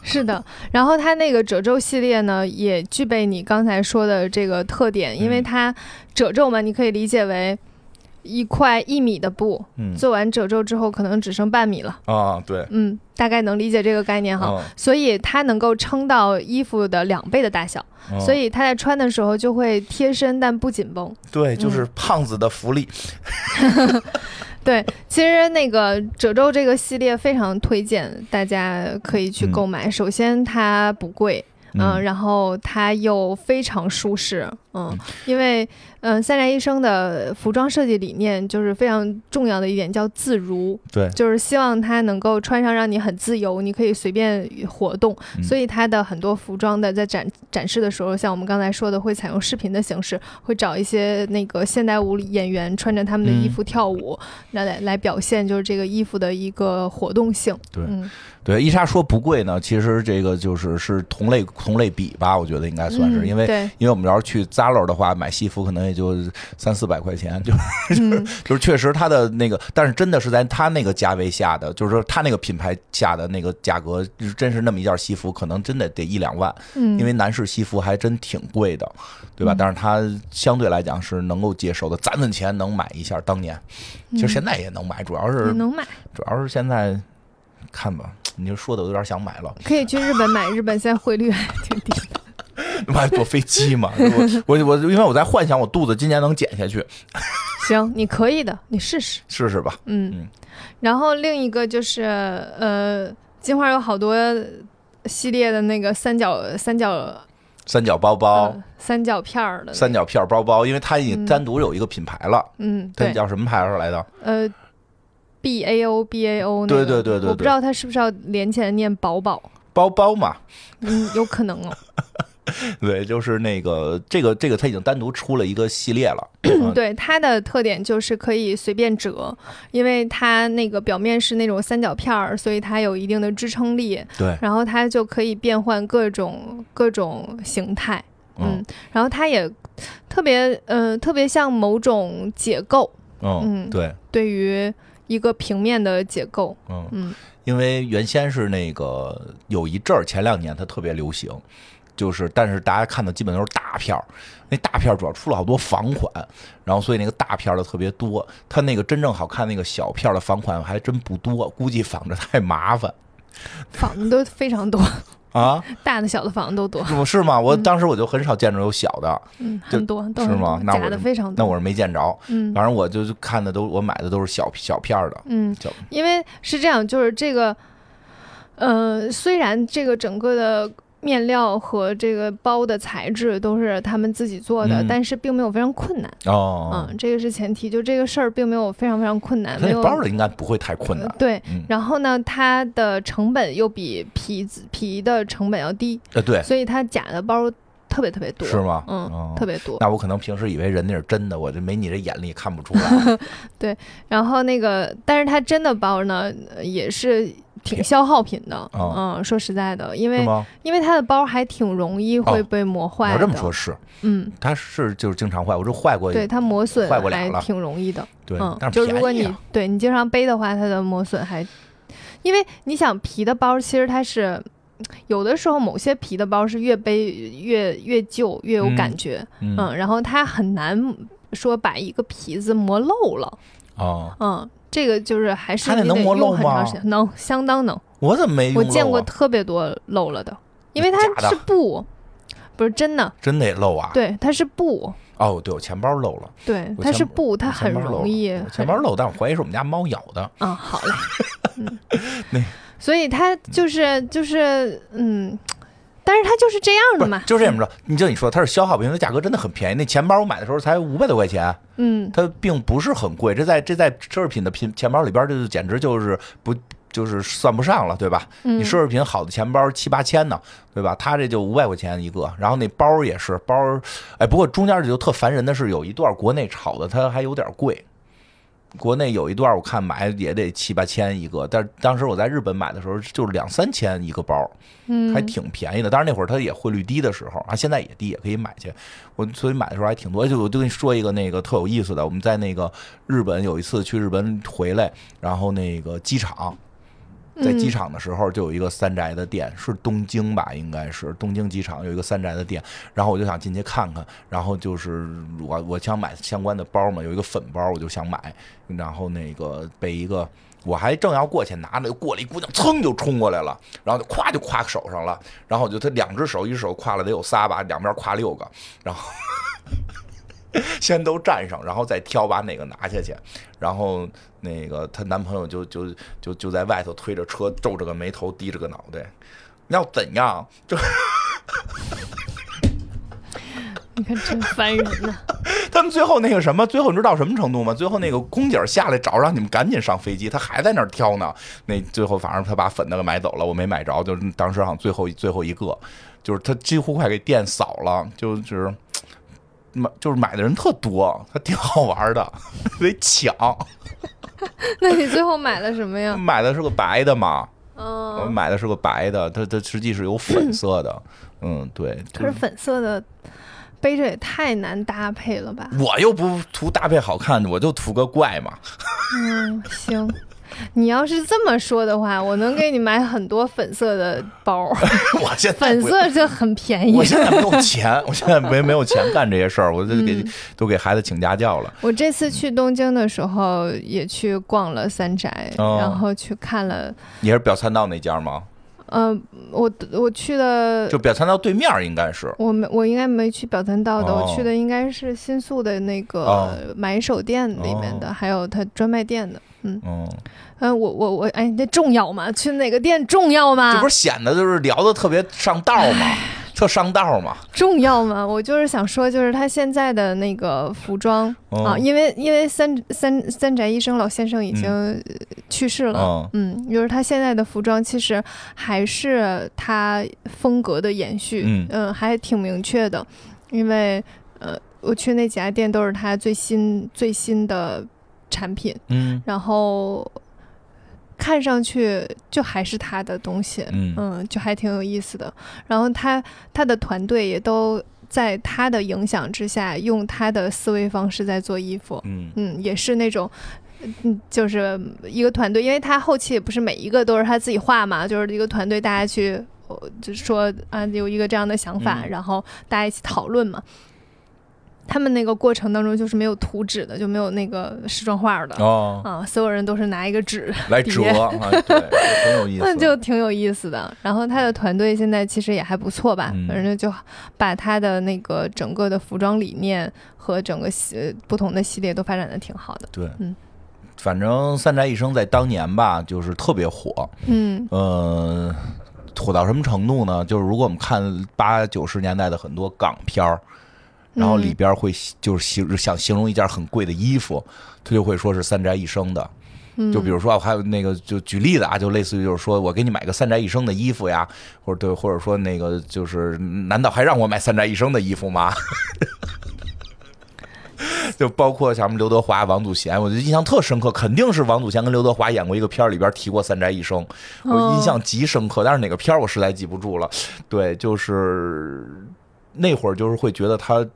[SPEAKER 1] 是的，然后它那个褶皱系列呢，也具备你刚才说的这个特点，因为
[SPEAKER 2] 嗯
[SPEAKER 1] 它褶皱嘛，你可以理解为一块一米的布，
[SPEAKER 2] 嗯
[SPEAKER 1] 做完褶皱之后可能只剩半米了，
[SPEAKER 2] 啊，对，
[SPEAKER 1] 嗯，大概能理解这个概念哈。
[SPEAKER 2] 嗯
[SPEAKER 1] 所以它能够撑到衣服的两倍的大小，
[SPEAKER 2] 嗯
[SPEAKER 1] 所以它在穿的时候就会贴身但不紧绷。
[SPEAKER 2] 对，就是
[SPEAKER 1] 嗯
[SPEAKER 2] 胖子的福利。
[SPEAKER 1] 对，其实那个褶皱这个系列非常推荐大家可以去
[SPEAKER 2] 嗯
[SPEAKER 1] 购买。首先它不贵，嗯、然后它又非常舒适，嗯，
[SPEAKER 2] 嗯
[SPEAKER 1] 因为嗯、呃三宅一生的服装设计理念就是非常重要的一点，叫自如，
[SPEAKER 2] 对，
[SPEAKER 1] 就是希望它能够穿上让你很自由，你可以随便活动。
[SPEAKER 2] 嗯
[SPEAKER 1] 所以它的很多服装的在展展示的时候，像我们刚才说的，会采用视频的形式，会找一些那个现代舞演员穿着他们的衣
[SPEAKER 2] 嗯
[SPEAKER 1] 服跳舞，来来来表现就是这个衣服的一个活动性。
[SPEAKER 2] 对
[SPEAKER 1] 嗯
[SPEAKER 2] 对，伊莎说不贵呢，其实这个就是是同类同类比吧，我觉得应该算是，
[SPEAKER 1] 嗯
[SPEAKER 2] 因为。
[SPEAKER 1] 对，
[SPEAKER 2] 因为我们要是去 Zalo 的话，买西服可能也就三四百块钱， 就是
[SPEAKER 1] 嗯，
[SPEAKER 2] 就是确实它的那个，但是真的是在它那个价位下的，就是说它那个品牌下的那个价格，真是那么一件西服，可能真的得一两万，
[SPEAKER 1] 嗯
[SPEAKER 2] 因为男士西服还真挺贵的，对吧？
[SPEAKER 1] 嗯
[SPEAKER 2] 但是它相对来讲是能够接受的，攒攒钱能买一下。当年
[SPEAKER 1] 嗯
[SPEAKER 2] 其实现在也能买，主要
[SPEAKER 1] 也
[SPEAKER 2] 是
[SPEAKER 1] 能买，
[SPEAKER 2] 主要是现在看吧，你就说的我有点想买了，
[SPEAKER 1] 可以去日本买，日本现在汇率还挺低。
[SPEAKER 2] 买坐飞机嘛。 我我我，因为我在幻想我肚子今年能减下去，
[SPEAKER 1] 行，你可以的，你试试。
[SPEAKER 2] 试试吧。嗯
[SPEAKER 1] 嗯，然后另一个就是呃，金花有好多系列的那个三角三角
[SPEAKER 2] 三角包包、
[SPEAKER 1] 呃三角片儿的那
[SPEAKER 2] 哦三
[SPEAKER 1] 个，
[SPEAKER 2] 角片包包，因为它已
[SPEAKER 1] 嗯
[SPEAKER 2] 经单独有一个品牌了，
[SPEAKER 1] 嗯，
[SPEAKER 2] 它
[SPEAKER 1] 对，
[SPEAKER 2] 叫什么牌子来的？
[SPEAKER 1] 呃，B A O B A O，
[SPEAKER 2] 对对对对
[SPEAKER 1] 我不
[SPEAKER 2] 对
[SPEAKER 1] 知道它是不是要连起来念宝宝，
[SPEAKER 2] 包包嘛，
[SPEAKER 1] 嗯，有可能哦。
[SPEAKER 2] 对，就是那个这个这个，它已经单独出了一个系列了。嗯
[SPEAKER 1] 对，它的特点就是可以随便折，因为它那个表面是那种三角片儿，所以它有一定的支撑力，
[SPEAKER 2] 对，
[SPEAKER 1] 然后它就可以变换各种各种形态，嗯
[SPEAKER 2] 嗯，
[SPEAKER 1] 然后它也特别呃特别像某种解构，
[SPEAKER 2] 嗯，
[SPEAKER 1] 嗯
[SPEAKER 2] 对，
[SPEAKER 1] 对于一个平面的解构，
[SPEAKER 2] 嗯，
[SPEAKER 1] 嗯
[SPEAKER 2] 因为原先是那个有一阵儿，前两年它特别流行，就是但是大家看的基本都是大片儿，那大片儿主要出了好多仿款，然后所以那个大片儿的特别多，它那个真正好看那个小片儿的仿款还真不多，估计仿着太麻烦
[SPEAKER 1] 房子都非常多，
[SPEAKER 2] 啊，
[SPEAKER 1] 大的小的房子都多。
[SPEAKER 2] 是不是吗？我当时我就很少见着有小的，
[SPEAKER 1] 嗯，
[SPEAKER 2] 就
[SPEAKER 1] 很多都
[SPEAKER 2] 是
[SPEAKER 1] 很
[SPEAKER 2] 吗
[SPEAKER 1] 多
[SPEAKER 2] 那
[SPEAKER 1] 假
[SPEAKER 2] 我
[SPEAKER 1] 的
[SPEAKER 2] 就
[SPEAKER 1] 非常多。
[SPEAKER 2] 那我是没见着，
[SPEAKER 1] 嗯
[SPEAKER 2] 反正我就是看的都我买的都是小小片儿的，
[SPEAKER 1] 嗯
[SPEAKER 2] 小，
[SPEAKER 1] 因为是这样，就是这个，呃，虽然这个整个的面料和这个包的材质都是他们自己做的，
[SPEAKER 2] 嗯
[SPEAKER 1] 但是并没有非常困难。
[SPEAKER 2] 哦，
[SPEAKER 1] 嗯，这个是前提，就这个事儿并没有非常非常困难，没
[SPEAKER 2] 那
[SPEAKER 1] 有
[SPEAKER 2] 包儿的应该不会太困
[SPEAKER 1] 呃
[SPEAKER 2] 难，
[SPEAKER 1] 对。
[SPEAKER 2] 嗯，
[SPEAKER 1] 然后呢，它的成本又比皮子皮的成本要低，
[SPEAKER 2] 呃，对，
[SPEAKER 1] 所以它假的包特别特别多，
[SPEAKER 2] 是吗？
[SPEAKER 1] 嗯
[SPEAKER 2] 哦，
[SPEAKER 1] 特别多。
[SPEAKER 2] 那我可能平时以为人那是真的，我这没你这眼力看不 出来。
[SPEAKER 1] 然后那个，但是它真的包呢，呃也是挺消耗品的。
[SPEAKER 2] 哦
[SPEAKER 1] 嗯，说实在的，因
[SPEAKER 2] 是
[SPEAKER 1] 为
[SPEAKER 2] 吗？
[SPEAKER 1] 因为它的包还挺容易会
[SPEAKER 2] 哦
[SPEAKER 1] 被磨
[SPEAKER 2] 你
[SPEAKER 1] 坏的。
[SPEAKER 2] 要这么说，是，
[SPEAKER 1] 嗯，
[SPEAKER 2] 它是就是经常坏，我这坏过一
[SPEAKER 1] 对，它磨损
[SPEAKER 2] 坏不了
[SPEAKER 1] 还
[SPEAKER 2] 了
[SPEAKER 1] 挺容易的。
[SPEAKER 2] 对
[SPEAKER 1] 嗯，
[SPEAKER 2] 但是
[SPEAKER 1] 就
[SPEAKER 2] 便
[SPEAKER 1] 如果
[SPEAKER 2] 宜
[SPEAKER 1] 你
[SPEAKER 2] 啊
[SPEAKER 1] 对你经常背的话，它的磨损还，因为你想皮的包其实它是。有的时候，某些皮的包是越背越越旧越有感
[SPEAKER 2] 嗯
[SPEAKER 1] 觉，
[SPEAKER 2] 嗯
[SPEAKER 1] 嗯，然后它很难说把一个皮子磨漏了，
[SPEAKER 2] 哦，
[SPEAKER 1] 嗯，这个就是还是
[SPEAKER 2] 它那
[SPEAKER 1] 你
[SPEAKER 2] 能
[SPEAKER 1] 得
[SPEAKER 2] 磨
[SPEAKER 1] 用
[SPEAKER 2] 漏
[SPEAKER 1] 很长
[SPEAKER 2] 吗
[SPEAKER 1] 时间，能相当能。
[SPEAKER 2] 我怎么没用
[SPEAKER 1] 我
[SPEAKER 2] 漏
[SPEAKER 1] 见过
[SPEAKER 2] 啊
[SPEAKER 1] 特别多漏了的，因为
[SPEAKER 2] 假
[SPEAKER 1] 它
[SPEAKER 2] 的
[SPEAKER 1] 是布，不是真的，
[SPEAKER 2] 真得漏啊？
[SPEAKER 1] 对，它是布，
[SPEAKER 2] 哦，对我钱包漏了，
[SPEAKER 1] 对，
[SPEAKER 2] 我
[SPEAKER 1] 它
[SPEAKER 2] 钱
[SPEAKER 1] 是
[SPEAKER 2] 包
[SPEAKER 1] 布，它
[SPEAKER 2] 我
[SPEAKER 1] 很
[SPEAKER 2] 钱包漏
[SPEAKER 1] 容
[SPEAKER 2] 了
[SPEAKER 1] 易
[SPEAKER 2] 我
[SPEAKER 1] 很。
[SPEAKER 2] 钱包漏，但我怀疑是我们家猫咬的。
[SPEAKER 1] 嗯，好 嘞，嗯
[SPEAKER 2] 那，嗯
[SPEAKER 1] 所以它就是就是嗯，但是它就是这样
[SPEAKER 2] 不
[SPEAKER 1] 的
[SPEAKER 2] 是
[SPEAKER 1] 嘛，，
[SPEAKER 2] 就是这么着。你就你说它是消耗品，它价格真的很便宜。那钱包我买的时候才五百多块钱，
[SPEAKER 1] 嗯，
[SPEAKER 2] 它并不是很贵。这在这在奢侈品的品钱包里边儿，这就简直就是不就是算不上了，对吧？
[SPEAKER 1] 嗯
[SPEAKER 2] 你奢侈品好的钱包七八千呢，对吧？它这就五百块钱一个，然后那包也是包，哎，不过中间就特烦人的是，有一段国内炒的它还有点贵。国内有一段我看买也得七八千一个，但是当时我在日本买的时候就是两三千一个包，
[SPEAKER 1] 嗯
[SPEAKER 2] 还挺便宜的。当然那会儿它也汇率低的时候啊，现在也低，也可以买去。我所以买的时候还挺多。就我就跟你说一个那个特有意思的，我们在那个日本有一次去日本回来，然后那个机场，在机
[SPEAKER 1] 嗯
[SPEAKER 2] 场的时候就有一个三宅的店，是东京吧？应该是东京机场有一个三宅的店，然后我就想进去看看，然后就是我我想买相关的包嘛，有一个粉包我就想买，然后那个被一个。我还正要过去拿着，过了一姑娘，噌就冲过来了，然后就咵就挎手上了，然后我就她两只手，一只手挎了得有仨吧，两边挎六个，然后 先都站上，然后再挑把哪个拿下去，然后那个她男朋友就就就就在外头推着车，皱着个眉头，低着个脑袋，你要怎样？就
[SPEAKER 1] 你看真烦人呐、
[SPEAKER 2] 他们最后那个什么，最后你知道什么程度吗？最后那个空姐下来找，让你们赶紧上飞机，他还在那儿挑呢。那最后反正他把粉的给买走了，我没买着，就是当时好像最后最后一个，就是他几乎快给店扫了，就是。买就是买的人特多，他挺好玩的， 得抢。
[SPEAKER 1] 那你最后买了什么呀？
[SPEAKER 2] 买的是个白的嘛，我
[SPEAKER 1] 嗯，
[SPEAKER 2] 买的是个白的，它它实际是有粉色的，嗯，对。
[SPEAKER 1] 可是粉色的背着也太难搭配了吧？
[SPEAKER 2] 我又不图搭配好看，我就图个怪嘛。
[SPEAKER 1] 嗯，行。你要是这么说的话，我能给你买很多粉色的包，
[SPEAKER 2] 我现在
[SPEAKER 1] 粉
[SPEAKER 2] 不
[SPEAKER 1] 色就很便宜
[SPEAKER 2] 我。现在没有钱，我现在没没有钱干这些事儿，我就给、
[SPEAKER 1] 嗯
[SPEAKER 2] 都给孩子请家教了。
[SPEAKER 1] 我这次去东京的时候也去逛了三宅，
[SPEAKER 2] 哦
[SPEAKER 1] 然后去看了，
[SPEAKER 2] 你是表参道那家吗？
[SPEAKER 1] 嗯、我我去了，
[SPEAKER 2] 就表参道对面应该是。
[SPEAKER 1] 我没我应该没去表参道的，
[SPEAKER 2] 哦
[SPEAKER 1] 我去的应该是新宿的那
[SPEAKER 2] 哦
[SPEAKER 1] 个买手店里面的，
[SPEAKER 2] 哦
[SPEAKER 1] 还有它专卖店的。嗯
[SPEAKER 2] 嗯，
[SPEAKER 1] 嗯，我我我，哎，那重要吗？去哪个店重要
[SPEAKER 2] 这
[SPEAKER 1] 吗
[SPEAKER 2] 不？是显得就是聊的特别上道吗？特上道吗？
[SPEAKER 1] 重要吗？我就是想说，就是他现在的那个服装、
[SPEAKER 2] 哦
[SPEAKER 1] 啊，因为因为三三三宅医生老先生已经呃去世了，
[SPEAKER 2] 嗯
[SPEAKER 1] 嗯，就是他现在的服装其实还是他风格的延续，
[SPEAKER 2] 嗯
[SPEAKER 1] 还挺明确的，因为呃，我去那几家店都是他最新最新的产品，
[SPEAKER 2] 嗯
[SPEAKER 1] 然后看上去就还是他的东西，
[SPEAKER 2] 嗯
[SPEAKER 1] 嗯，就还挺有意思的。然后他他的团队也都在他的影响之下，用他的思维方式在做衣服。
[SPEAKER 2] 嗯
[SPEAKER 1] 嗯，也是那种，嗯，就是一个团队，因为他后期也不是每一个都是他自己画嘛，就是一个团队，大家去，呃就说啊有一个这样的想法，
[SPEAKER 2] 嗯
[SPEAKER 1] 然后大家一起讨论嘛。他们那个过程当中就是没有图纸的，就没有那个时装画的、
[SPEAKER 2] 哦，
[SPEAKER 1] 啊，所有人都是拿一个纸
[SPEAKER 2] 来折
[SPEAKER 1] 别
[SPEAKER 2] 啊， 对，很有意
[SPEAKER 1] 嗯
[SPEAKER 2] 思。
[SPEAKER 1] 那就挺有意思的。然后他的团队现在其实也还不错吧，
[SPEAKER 2] 嗯
[SPEAKER 1] 反正就把他的那个整个的服装理念和整个系呃不同的系列都发展的挺好的。
[SPEAKER 2] 对，
[SPEAKER 1] 嗯
[SPEAKER 2] 反正三宅一生在当年吧，就是特别火。
[SPEAKER 1] 嗯
[SPEAKER 2] 呃，火到什么程度呢？就是如果我们看八九十年代的很多港片儿，然后里边会就是形想形容一件很贵的衣服，他就会说是三宅一生的。就比如说，还有那个，就举例子啊，就类似于就是说我给你买个三宅一生的衣服呀，或者对，或者说那个就是，难道还让我买三宅一生的衣服吗？ 就包括像什么刘德华、王祖贤，我就印象特深刻，肯定是王祖贤跟刘德华演过一个片儿，里边提过三宅一生，我印象极深刻。但是哪个片儿我实在记不住了。对，就是那会儿就是会觉得它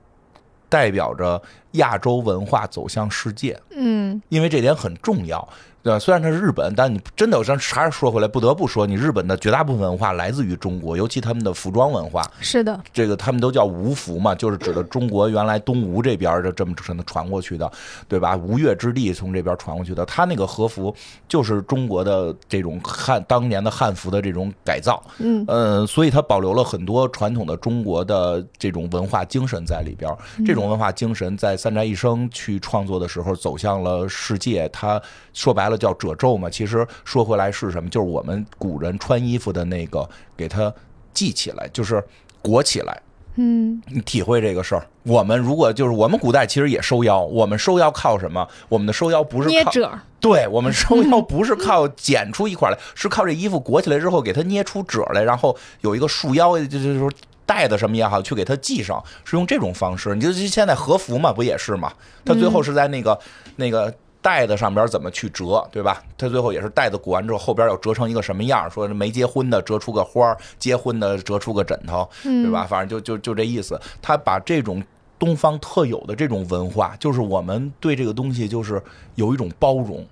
[SPEAKER 2] 代表着亚洲文化走向世界，
[SPEAKER 1] 嗯
[SPEAKER 2] 因为这点很重要。对吧？虽然它是日本，但你真的，我还是说回来，不得不说，你日本的绝大部分文化来自于中国，尤其他们的服装文化，
[SPEAKER 1] 是的，
[SPEAKER 2] 这个他们都叫吴服嘛，就是指的中国原来东吴这边儿就这么传传过去的，对吧？吴越之地从这边传过去的，他那个和服就是中国的这种汉当年的汉服的这种改造，
[SPEAKER 1] 嗯
[SPEAKER 2] 呃，所以它保留了很多传统的中国的这种文化精神在里边儿。
[SPEAKER 1] 嗯
[SPEAKER 2] 这种文化精神在三宅一生去创作的时候走向了世界，它说白了叫褶皱嘛。其实说回来是什么？就是我们古人穿衣服的那个，给它系起来，就是裹起来。
[SPEAKER 1] 嗯
[SPEAKER 2] 你体会这个事儿。我们如果就是我们古代其实也收腰，我们收腰靠什么？我们的收腰不是
[SPEAKER 1] 捏
[SPEAKER 2] 靠，
[SPEAKER 1] 褶儿，
[SPEAKER 2] 对我们收腰不是靠剪出一块来，是靠这衣服裹起来之后给它捏出褶来，然后有一个束腰，就就是说带的什么也好，去给它系上，是用这种方式。你就就现在和服嘛，不也是嘛？它最后是在那个、那个。带子上边怎么去折，对吧？它最后也是带子裹完之后，后边要折成一个什么样儿？说没结婚的折出个花儿，结婚的折出个枕头，
[SPEAKER 1] 嗯，
[SPEAKER 2] 对吧？？反正就就就这意思。他把这种东方特有的这种文化，就是我们对这个东西就是有一种包容。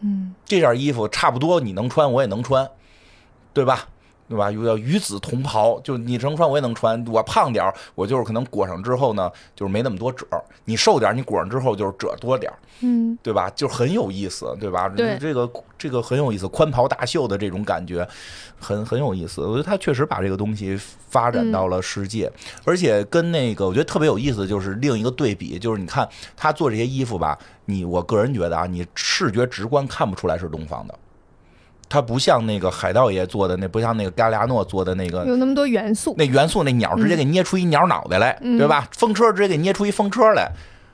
[SPEAKER 1] 嗯，
[SPEAKER 2] 这件衣服差不多你能穿，我也能穿，对吧？对吧？又叫与子同袍，就你能穿我也能穿。我胖点儿，我就是可能裹上之后呢，就是没那么多褶儿；你瘦点儿，你裹上之后就是褶多点儿。
[SPEAKER 1] 嗯
[SPEAKER 2] 对吧？就很有意思，对吧？
[SPEAKER 1] 对
[SPEAKER 2] 这个这个很有意思，宽袍大袖的这种感觉，很很有意思。我觉得他确实把这个东西发展到了世界，而且跟那个我觉得特别有意思的就是另一个对比，就是你看他做这些衣服吧，你我个人觉得啊，你视觉直观看不出来是东方的。它不像那个海盗爷做的，那不像那个嘎利亚诺做的那个
[SPEAKER 1] 有那么多元素，
[SPEAKER 2] 那元素那鸟直接给捏出一鸟脑袋来，
[SPEAKER 1] 嗯
[SPEAKER 2] 对吧？风车直接给捏出一风车来。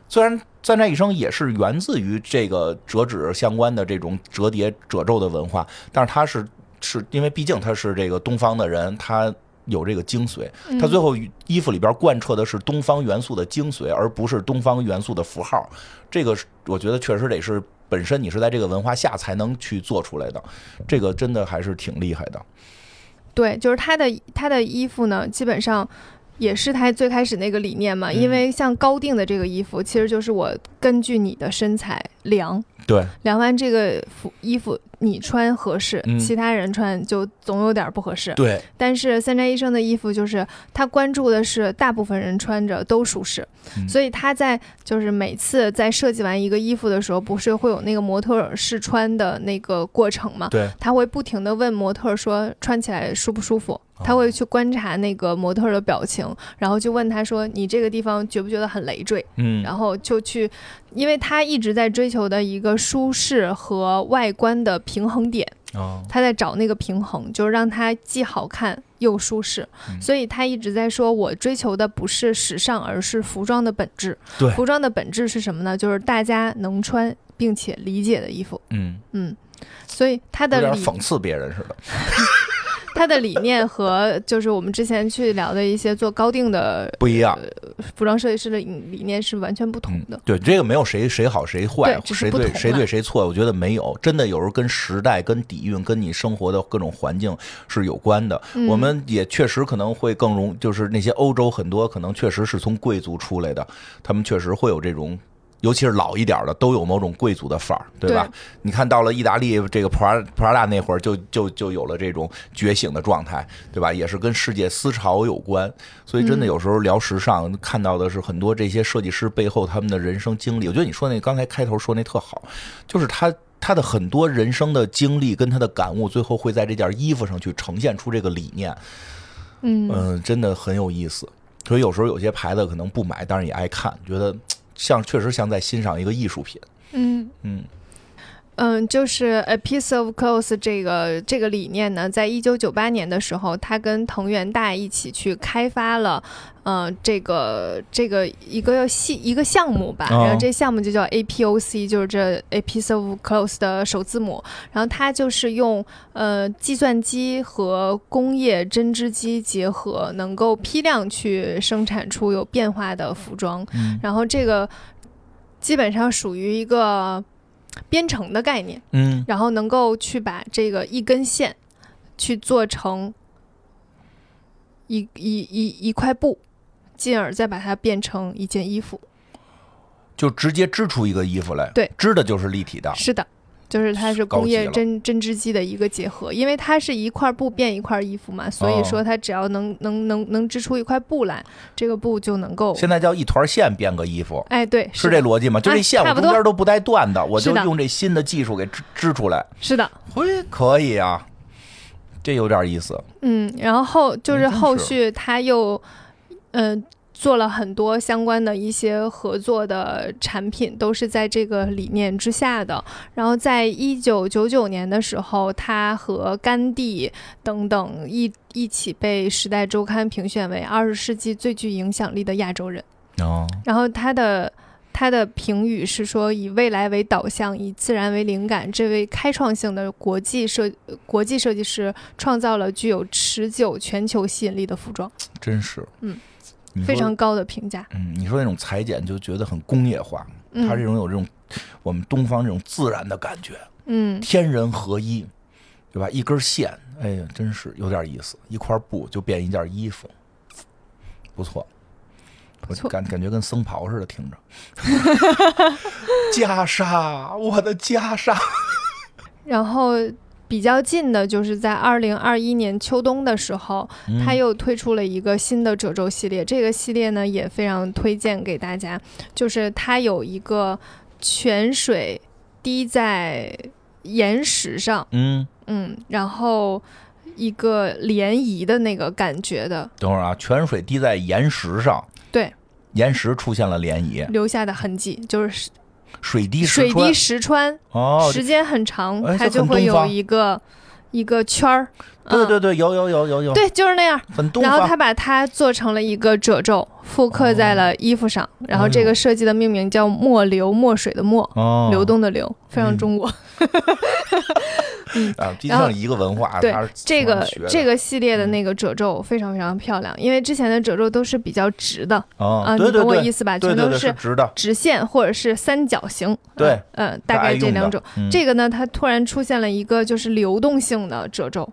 [SPEAKER 2] 虽然三宅一生也是源自于这个折纸相关的这种折叠褶皱的文化，但是他是是因为毕竟他是这个东方的人，他有这个精髓，
[SPEAKER 1] 嗯
[SPEAKER 2] 他最后衣服里边贯彻的是东方元素的精髓，而不是东方元素的符号。这个是我觉得确实得是本身你是在这个文化下才能去做出来的，这个真的还是挺厉害的。
[SPEAKER 1] 对，就是他的他的衣服呢，基本上也是他最开始那个理念嘛。因
[SPEAKER 2] 嗯
[SPEAKER 1] 为像高定的这个衣服，其实就是我根据你的身材量，
[SPEAKER 2] 对，
[SPEAKER 1] 量完这个服衣服你穿合适，
[SPEAKER 2] 嗯
[SPEAKER 1] 其他人穿就总有点儿不合适。
[SPEAKER 2] 对，
[SPEAKER 1] 但是三宅一生的衣服就是他关注的是大部分人穿着都舒适，
[SPEAKER 2] 嗯
[SPEAKER 1] 所以他在就是每次在设计完一个衣服的时候，不是会有那个模特儿试穿的那个过程吗？
[SPEAKER 2] 对。
[SPEAKER 1] 他会不停地问模特儿说穿起来舒不舒服，
[SPEAKER 2] 哦
[SPEAKER 1] 他会去观察那个模特儿的表情，然后就问他说你这个地方觉不觉得很累赘，
[SPEAKER 2] 嗯，
[SPEAKER 1] 然后就去，因为他一直在追求的一个舒适和外观的平衡点，
[SPEAKER 2] 哦，
[SPEAKER 1] 他在找那个平衡，就是让它既好看又舒适，
[SPEAKER 2] 嗯
[SPEAKER 1] 所以他一直在说我追求的不是时尚，而是服装的本质。
[SPEAKER 2] 对
[SPEAKER 1] 服装的本质是什么呢？就是大家能穿并且理解的衣服。
[SPEAKER 2] 嗯，
[SPEAKER 1] 嗯，所以他
[SPEAKER 2] 有
[SPEAKER 1] 的
[SPEAKER 2] 点
[SPEAKER 1] 理
[SPEAKER 2] 讽刺别人似的。
[SPEAKER 1] 他的理念和 就是我们之前去聊的一些做高定的
[SPEAKER 2] 不一样嗯
[SPEAKER 1] 服装设计师的理念是完全不同的。
[SPEAKER 2] 对，这个没有谁谁好谁坏
[SPEAKER 1] 对，只是
[SPEAKER 2] 谁
[SPEAKER 1] 不
[SPEAKER 2] 对
[SPEAKER 1] 同
[SPEAKER 2] 谁
[SPEAKER 1] 了
[SPEAKER 2] 对谁错，我觉得没有。真的有时候跟时代、跟底蕴、跟你生活的各种环境是有关的。
[SPEAKER 1] 嗯
[SPEAKER 2] 我们也确实可能会更容，就是那些欧洲很多可能确实是从贵族出来的，他们确实会有这种。尤其是老一点的，都有某种贵族的范儿，对吧？
[SPEAKER 1] 对
[SPEAKER 2] 你看到了意大利这个普拉普拉达那会儿就，就就有了这种觉醒的状态，对吧？也是跟世界思潮有关，所以真的有时候聊时尚，看到的是很多这些设计师背后他们的人生经历。我觉得你说那刚才开头说那特好，就是他他的很多人生的经历跟他的感悟，最后会在这件衣服上去呈现出这个理念。
[SPEAKER 1] 嗯
[SPEAKER 2] 嗯，真的很有意思。所以有时候有些牌子可能不买，但是也爱看，觉得嘖像确实像在欣赏一个艺术品。
[SPEAKER 1] 嗯
[SPEAKER 2] 嗯
[SPEAKER 1] 嗯，就是 a piece of clothes 这个这个理念呢，在一九九八年的时候，他跟藤原大一起去开发了，呃，这个这个一个系一个项目吧，
[SPEAKER 2] 哦
[SPEAKER 1] 然后这项目就叫 APOC，就是这 a piece of clothes 的首字母。然后它就是用呃计算机和工业针织机结合，能够批量去生产出有变化的服装。
[SPEAKER 2] 嗯
[SPEAKER 1] 然后这个基本上属于一个编程的概念，
[SPEAKER 2] 嗯
[SPEAKER 1] 然后能够去把这个一根线去做成一一一一块布，进而再把它变成一件衣服。
[SPEAKER 2] 就直接织出一个衣服来，
[SPEAKER 1] 对，
[SPEAKER 2] 织的就是立体的，
[SPEAKER 1] 是的，就是它是
[SPEAKER 2] 高
[SPEAKER 1] 工
[SPEAKER 2] 级
[SPEAKER 1] 业
[SPEAKER 2] 了
[SPEAKER 1] 针针织机的一个结合，因为它是一块布变一块衣服嘛，所以
[SPEAKER 2] 哦
[SPEAKER 1] 说它只要能能能能织出一块布来，这个布就能够，
[SPEAKER 2] 现在叫一团线变个衣服，
[SPEAKER 1] 哎，对，
[SPEAKER 2] 是
[SPEAKER 1] 是
[SPEAKER 2] 这
[SPEAKER 1] 的，
[SPEAKER 2] 逻辑吗？就这
[SPEAKER 1] 哎
[SPEAKER 2] 线
[SPEAKER 1] 差
[SPEAKER 2] 我
[SPEAKER 1] 不
[SPEAKER 2] 中间
[SPEAKER 1] 多
[SPEAKER 2] 都不带断的，我
[SPEAKER 1] 是
[SPEAKER 2] 就
[SPEAKER 1] 的
[SPEAKER 2] 用这新的技术给织织出来，
[SPEAKER 1] 是的，
[SPEAKER 2] 嘿，可以啊，这有点意思。
[SPEAKER 1] 嗯，然后就
[SPEAKER 2] 嗯
[SPEAKER 1] 是
[SPEAKER 2] 真
[SPEAKER 1] 后
[SPEAKER 2] 是
[SPEAKER 1] 续他又，嗯、做了很多相关的一些合作的产品，都是在这个理念之下的。然后在一九九九年的时候，他和甘地等等一一起被《时代周刊》评选为二十世纪最具影响力的亚洲人。
[SPEAKER 2] 哦，
[SPEAKER 1] 然后他的他的评语是说，以未来为导向，以自然为灵感，这位开创性的国际设国际设计师创造了具有持久全球吸引力的服装，
[SPEAKER 2] 真是，
[SPEAKER 1] 嗯
[SPEAKER 2] 你说，
[SPEAKER 1] 非常高的评价。
[SPEAKER 2] 嗯，你说那种裁剪就觉得很工业化，它这
[SPEAKER 1] 嗯
[SPEAKER 2] 种有这种我们东方这种自然的感觉，
[SPEAKER 1] 嗯，
[SPEAKER 2] 天人合一，对吧？一根线，哎呀，真是有点意思，一块布就变一件衣服，不错。我
[SPEAKER 1] 错
[SPEAKER 2] 感感觉跟僧袍似的，听着。 袈裟，我的袈裟。
[SPEAKER 1] 然后。比较近的就是在二零二一年秋冬的时候，
[SPEAKER 2] 嗯
[SPEAKER 1] 他又推出了一个新的褶皱系列。这个系列呢也非常推荐给大家，就是它有一个泉水滴在岩石上，
[SPEAKER 2] 嗯，
[SPEAKER 1] 嗯，然后一个涟漪的那个感觉的
[SPEAKER 2] 等会儿啊，泉水滴在岩石上，
[SPEAKER 1] 对，
[SPEAKER 2] 岩石出现了涟漪，
[SPEAKER 1] 留下的痕迹，就是
[SPEAKER 2] 水滴石
[SPEAKER 1] 水
[SPEAKER 2] 穿
[SPEAKER 1] 滴。石穿，
[SPEAKER 2] 哦，
[SPEAKER 1] 时间很长，
[SPEAKER 2] 哎
[SPEAKER 1] 它
[SPEAKER 2] 这
[SPEAKER 1] 就
[SPEAKER 2] 很
[SPEAKER 1] 会
[SPEAKER 2] 东
[SPEAKER 1] 有
[SPEAKER 2] 方
[SPEAKER 1] 一个一个圈儿。
[SPEAKER 2] 对
[SPEAKER 1] 嗯
[SPEAKER 2] 对对，有有有有有，
[SPEAKER 1] 对，就是那样。
[SPEAKER 2] 很东
[SPEAKER 1] 然后
[SPEAKER 2] 方。哦
[SPEAKER 1] 他把它做成了一个褶皱，复刻在了衣服上。然后这个设计的命名叫“墨流”，墨水的墨，
[SPEAKER 2] 哎哦，
[SPEAKER 1] 流动的流，非常
[SPEAKER 2] 嗯
[SPEAKER 1] 中国。
[SPEAKER 2] 啊，毕
[SPEAKER 1] 然后
[SPEAKER 2] 竟一个文化，
[SPEAKER 1] 对
[SPEAKER 2] 它是
[SPEAKER 1] 这
[SPEAKER 2] 从哪
[SPEAKER 1] 个
[SPEAKER 2] 学的
[SPEAKER 1] 这个系列的
[SPEAKER 2] 嗯
[SPEAKER 1] 那个褶皱非常非常漂亮，因为之前的褶皱都是比较直的
[SPEAKER 2] 哦
[SPEAKER 1] 啊，，
[SPEAKER 2] 对
[SPEAKER 1] 你
[SPEAKER 2] 对
[SPEAKER 1] 懂我
[SPEAKER 2] 对
[SPEAKER 1] 意，思吧？
[SPEAKER 2] 对
[SPEAKER 1] 全
[SPEAKER 2] 对
[SPEAKER 1] 都
[SPEAKER 2] 对，
[SPEAKER 1] 是
[SPEAKER 2] 是直的，
[SPEAKER 1] 直线或者是三角形。
[SPEAKER 2] 对
[SPEAKER 1] 呃，嗯、大概这两种。
[SPEAKER 2] 它爱用的。嗯
[SPEAKER 1] 这个呢，它突然出现了一个就是流动性的褶皱，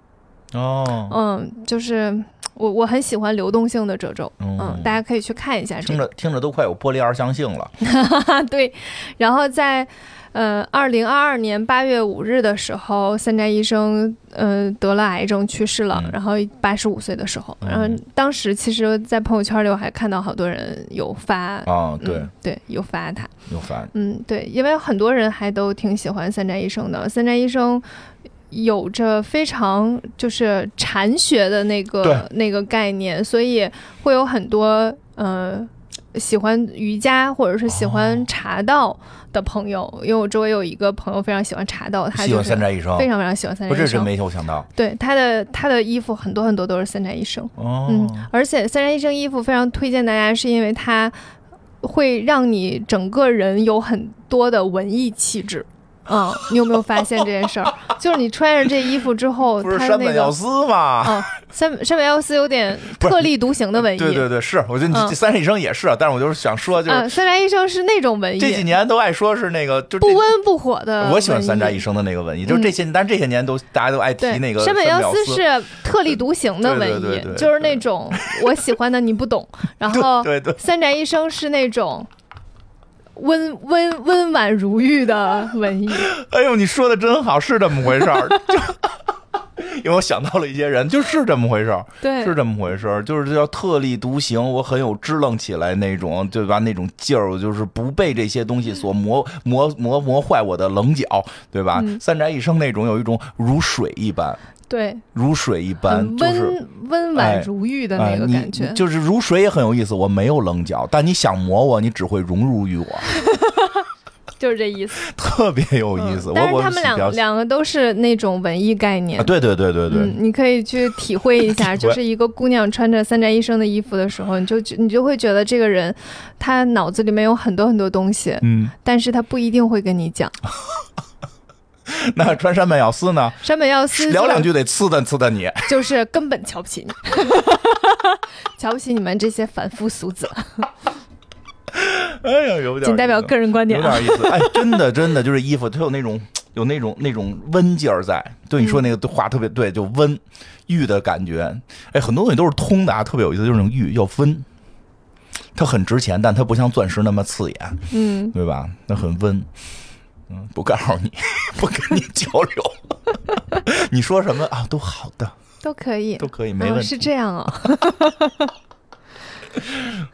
[SPEAKER 2] 嗯哦，
[SPEAKER 1] 嗯，就是我我很喜欢流动性的褶皱，嗯，大家可以去看一下这
[SPEAKER 2] 听
[SPEAKER 1] 个。
[SPEAKER 2] 着听着都快有玻璃二象性了。
[SPEAKER 1] 对，然后在呃二零二二年八月五日的时候，三宅医生呃得了癌症去世了，
[SPEAKER 2] 嗯
[SPEAKER 1] 然后八十五岁的时候，
[SPEAKER 2] 嗯
[SPEAKER 1] 然后当时其实，在朋友圈里我还看到好多人有发，
[SPEAKER 2] 啊，对
[SPEAKER 1] 嗯，，对，有发他。
[SPEAKER 2] 又烦。
[SPEAKER 1] 嗯，对，因为很多人还都挺喜欢三宅一生的。三宅一生有着非常就是禅学的那个那个概念，所以会有很多呃喜欢瑜伽或者是喜
[SPEAKER 2] 哦
[SPEAKER 1] 欢茶道的朋友。因为我周围有一个朋友非常喜欢茶道，他
[SPEAKER 2] 喜
[SPEAKER 1] 就
[SPEAKER 2] 欢
[SPEAKER 1] 是
[SPEAKER 2] 三宅一生，
[SPEAKER 1] 非常非常喜欢三
[SPEAKER 2] 不，
[SPEAKER 1] 宅
[SPEAKER 2] 这
[SPEAKER 1] 一
[SPEAKER 2] 真
[SPEAKER 1] 生。
[SPEAKER 2] 没有想到。
[SPEAKER 1] 对他的他的衣服很多很多都是三宅一生。
[SPEAKER 2] 哦，
[SPEAKER 1] 嗯，而且三宅一生衣服非常推荐大家，是因为它会让你整个人有很多的文艺气质。嗯，你有没有发现这件事儿？ 就是你穿上这衣服之后，
[SPEAKER 2] 不是
[SPEAKER 1] 它
[SPEAKER 2] 山
[SPEAKER 1] 哦那
[SPEAKER 2] 本
[SPEAKER 1] 个
[SPEAKER 2] 耀司吗？
[SPEAKER 1] 哦，山山本耀司有点
[SPEAKER 2] 不是
[SPEAKER 1] 特立独行的文艺。
[SPEAKER 2] 对对对，是，我觉得你
[SPEAKER 1] 嗯
[SPEAKER 2] 这三宅一生也是，啊但是我就是想说，就是
[SPEAKER 1] 啊，三宅一生是那种文
[SPEAKER 2] 这几
[SPEAKER 1] 艺，
[SPEAKER 2] 年都爱说是那个，就这
[SPEAKER 1] 不温不火的。
[SPEAKER 2] 我喜欢三宅一。生的那个文艺，就是这些，但是这些年都大家都爱提
[SPEAKER 1] 对，
[SPEAKER 2] 那个
[SPEAKER 1] 山本
[SPEAKER 2] 耀
[SPEAKER 1] 耀司是特立独行的文
[SPEAKER 2] 对
[SPEAKER 1] 艺，
[SPEAKER 2] 对对对对
[SPEAKER 1] 就是那种我喜欢的你不懂，然后
[SPEAKER 2] 对对，
[SPEAKER 1] 三宅一生是那种温温温婉如玉的文 艺，
[SPEAKER 2] 哎呦，你说的真好，是这么回事儿。 就因为我想到了一些人，就是这么回事儿，
[SPEAKER 1] 对，
[SPEAKER 2] 是这么回事儿，就是叫特立独行，我很有支棱起来那种，对吧？那种劲儿，我就是不被这些东西所磨磨磨磨坏我的棱角，对吧？
[SPEAKER 1] 嗯
[SPEAKER 2] 三宅一生那种有一种如水一般，
[SPEAKER 1] 对，
[SPEAKER 2] 如水一般，
[SPEAKER 1] 很
[SPEAKER 2] 就是
[SPEAKER 1] 温温婉如玉的
[SPEAKER 2] 哎
[SPEAKER 1] 那个
[SPEAKER 2] 你
[SPEAKER 1] 感觉。
[SPEAKER 2] 就是如水也很有意思。我没有棱角，但你想磨我，你只会融入于我，
[SPEAKER 1] 就是这意思，
[SPEAKER 2] 特别有意思。
[SPEAKER 1] 嗯
[SPEAKER 2] 我
[SPEAKER 1] 但是
[SPEAKER 2] 我
[SPEAKER 1] 他们
[SPEAKER 2] 比较
[SPEAKER 1] 两两个都是那种文艺概念，
[SPEAKER 2] 啊，对对对对对，
[SPEAKER 1] 嗯，你可以去体会一下，
[SPEAKER 2] 体会
[SPEAKER 1] 就是一个姑娘穿着三宅一生的衣服的时候，你就觉你就会觉得这个人，他脑子里面有很多很多东西，
[SPEAKER 2] 嗯，
[SPEAKER 1] 但是他不一定会跟你讲。
[SPEAKER 2] 那穿山本耀司呢？
[SPEAKER 1] 山本耀司
[SPEAKER 2] 聊
[SPEAKER 1] 就
[SPEAKER 2] 两句得刺探刺探你，
[SPEAKER 1] 就是根本瞧不起你， 瞧不起你们这些凡夫俗子，
[SPEAKER 2] 哎呀，有点
[SPEAKER 1] 仅代表
[SPEAKER 2] 意思
[SPEAKER 1] 个人观点
[SPEAKER 2] 有
[SPEAKER 1] 啊。
[SPEAKER 2] 点意思。哎，真的真的就是衣服，它有那种有那种那种温劲儿在。对你说那个话特别对，就温玉的感觉。哎，很多东西都是通的啊，特别有意思，就是那种玉要温。它很值钱，但它不像钻石那么刺眼，
[SPEAKER 1] 嗯，
[SPEAKER 2] 对吧？那很温。嗯，不告诉你， 不跟你交流。 你说什么啊？都好的，
[SPEAKER 1] 都可以，
[SPEAKER 2] 都可以，没
[SPEAKER 1] 哦
[SPEAKER 2] 问
[SPEAKER 1] 是
[SPEAKER 2] 题。
[SPEAKER 1] 这样 啊、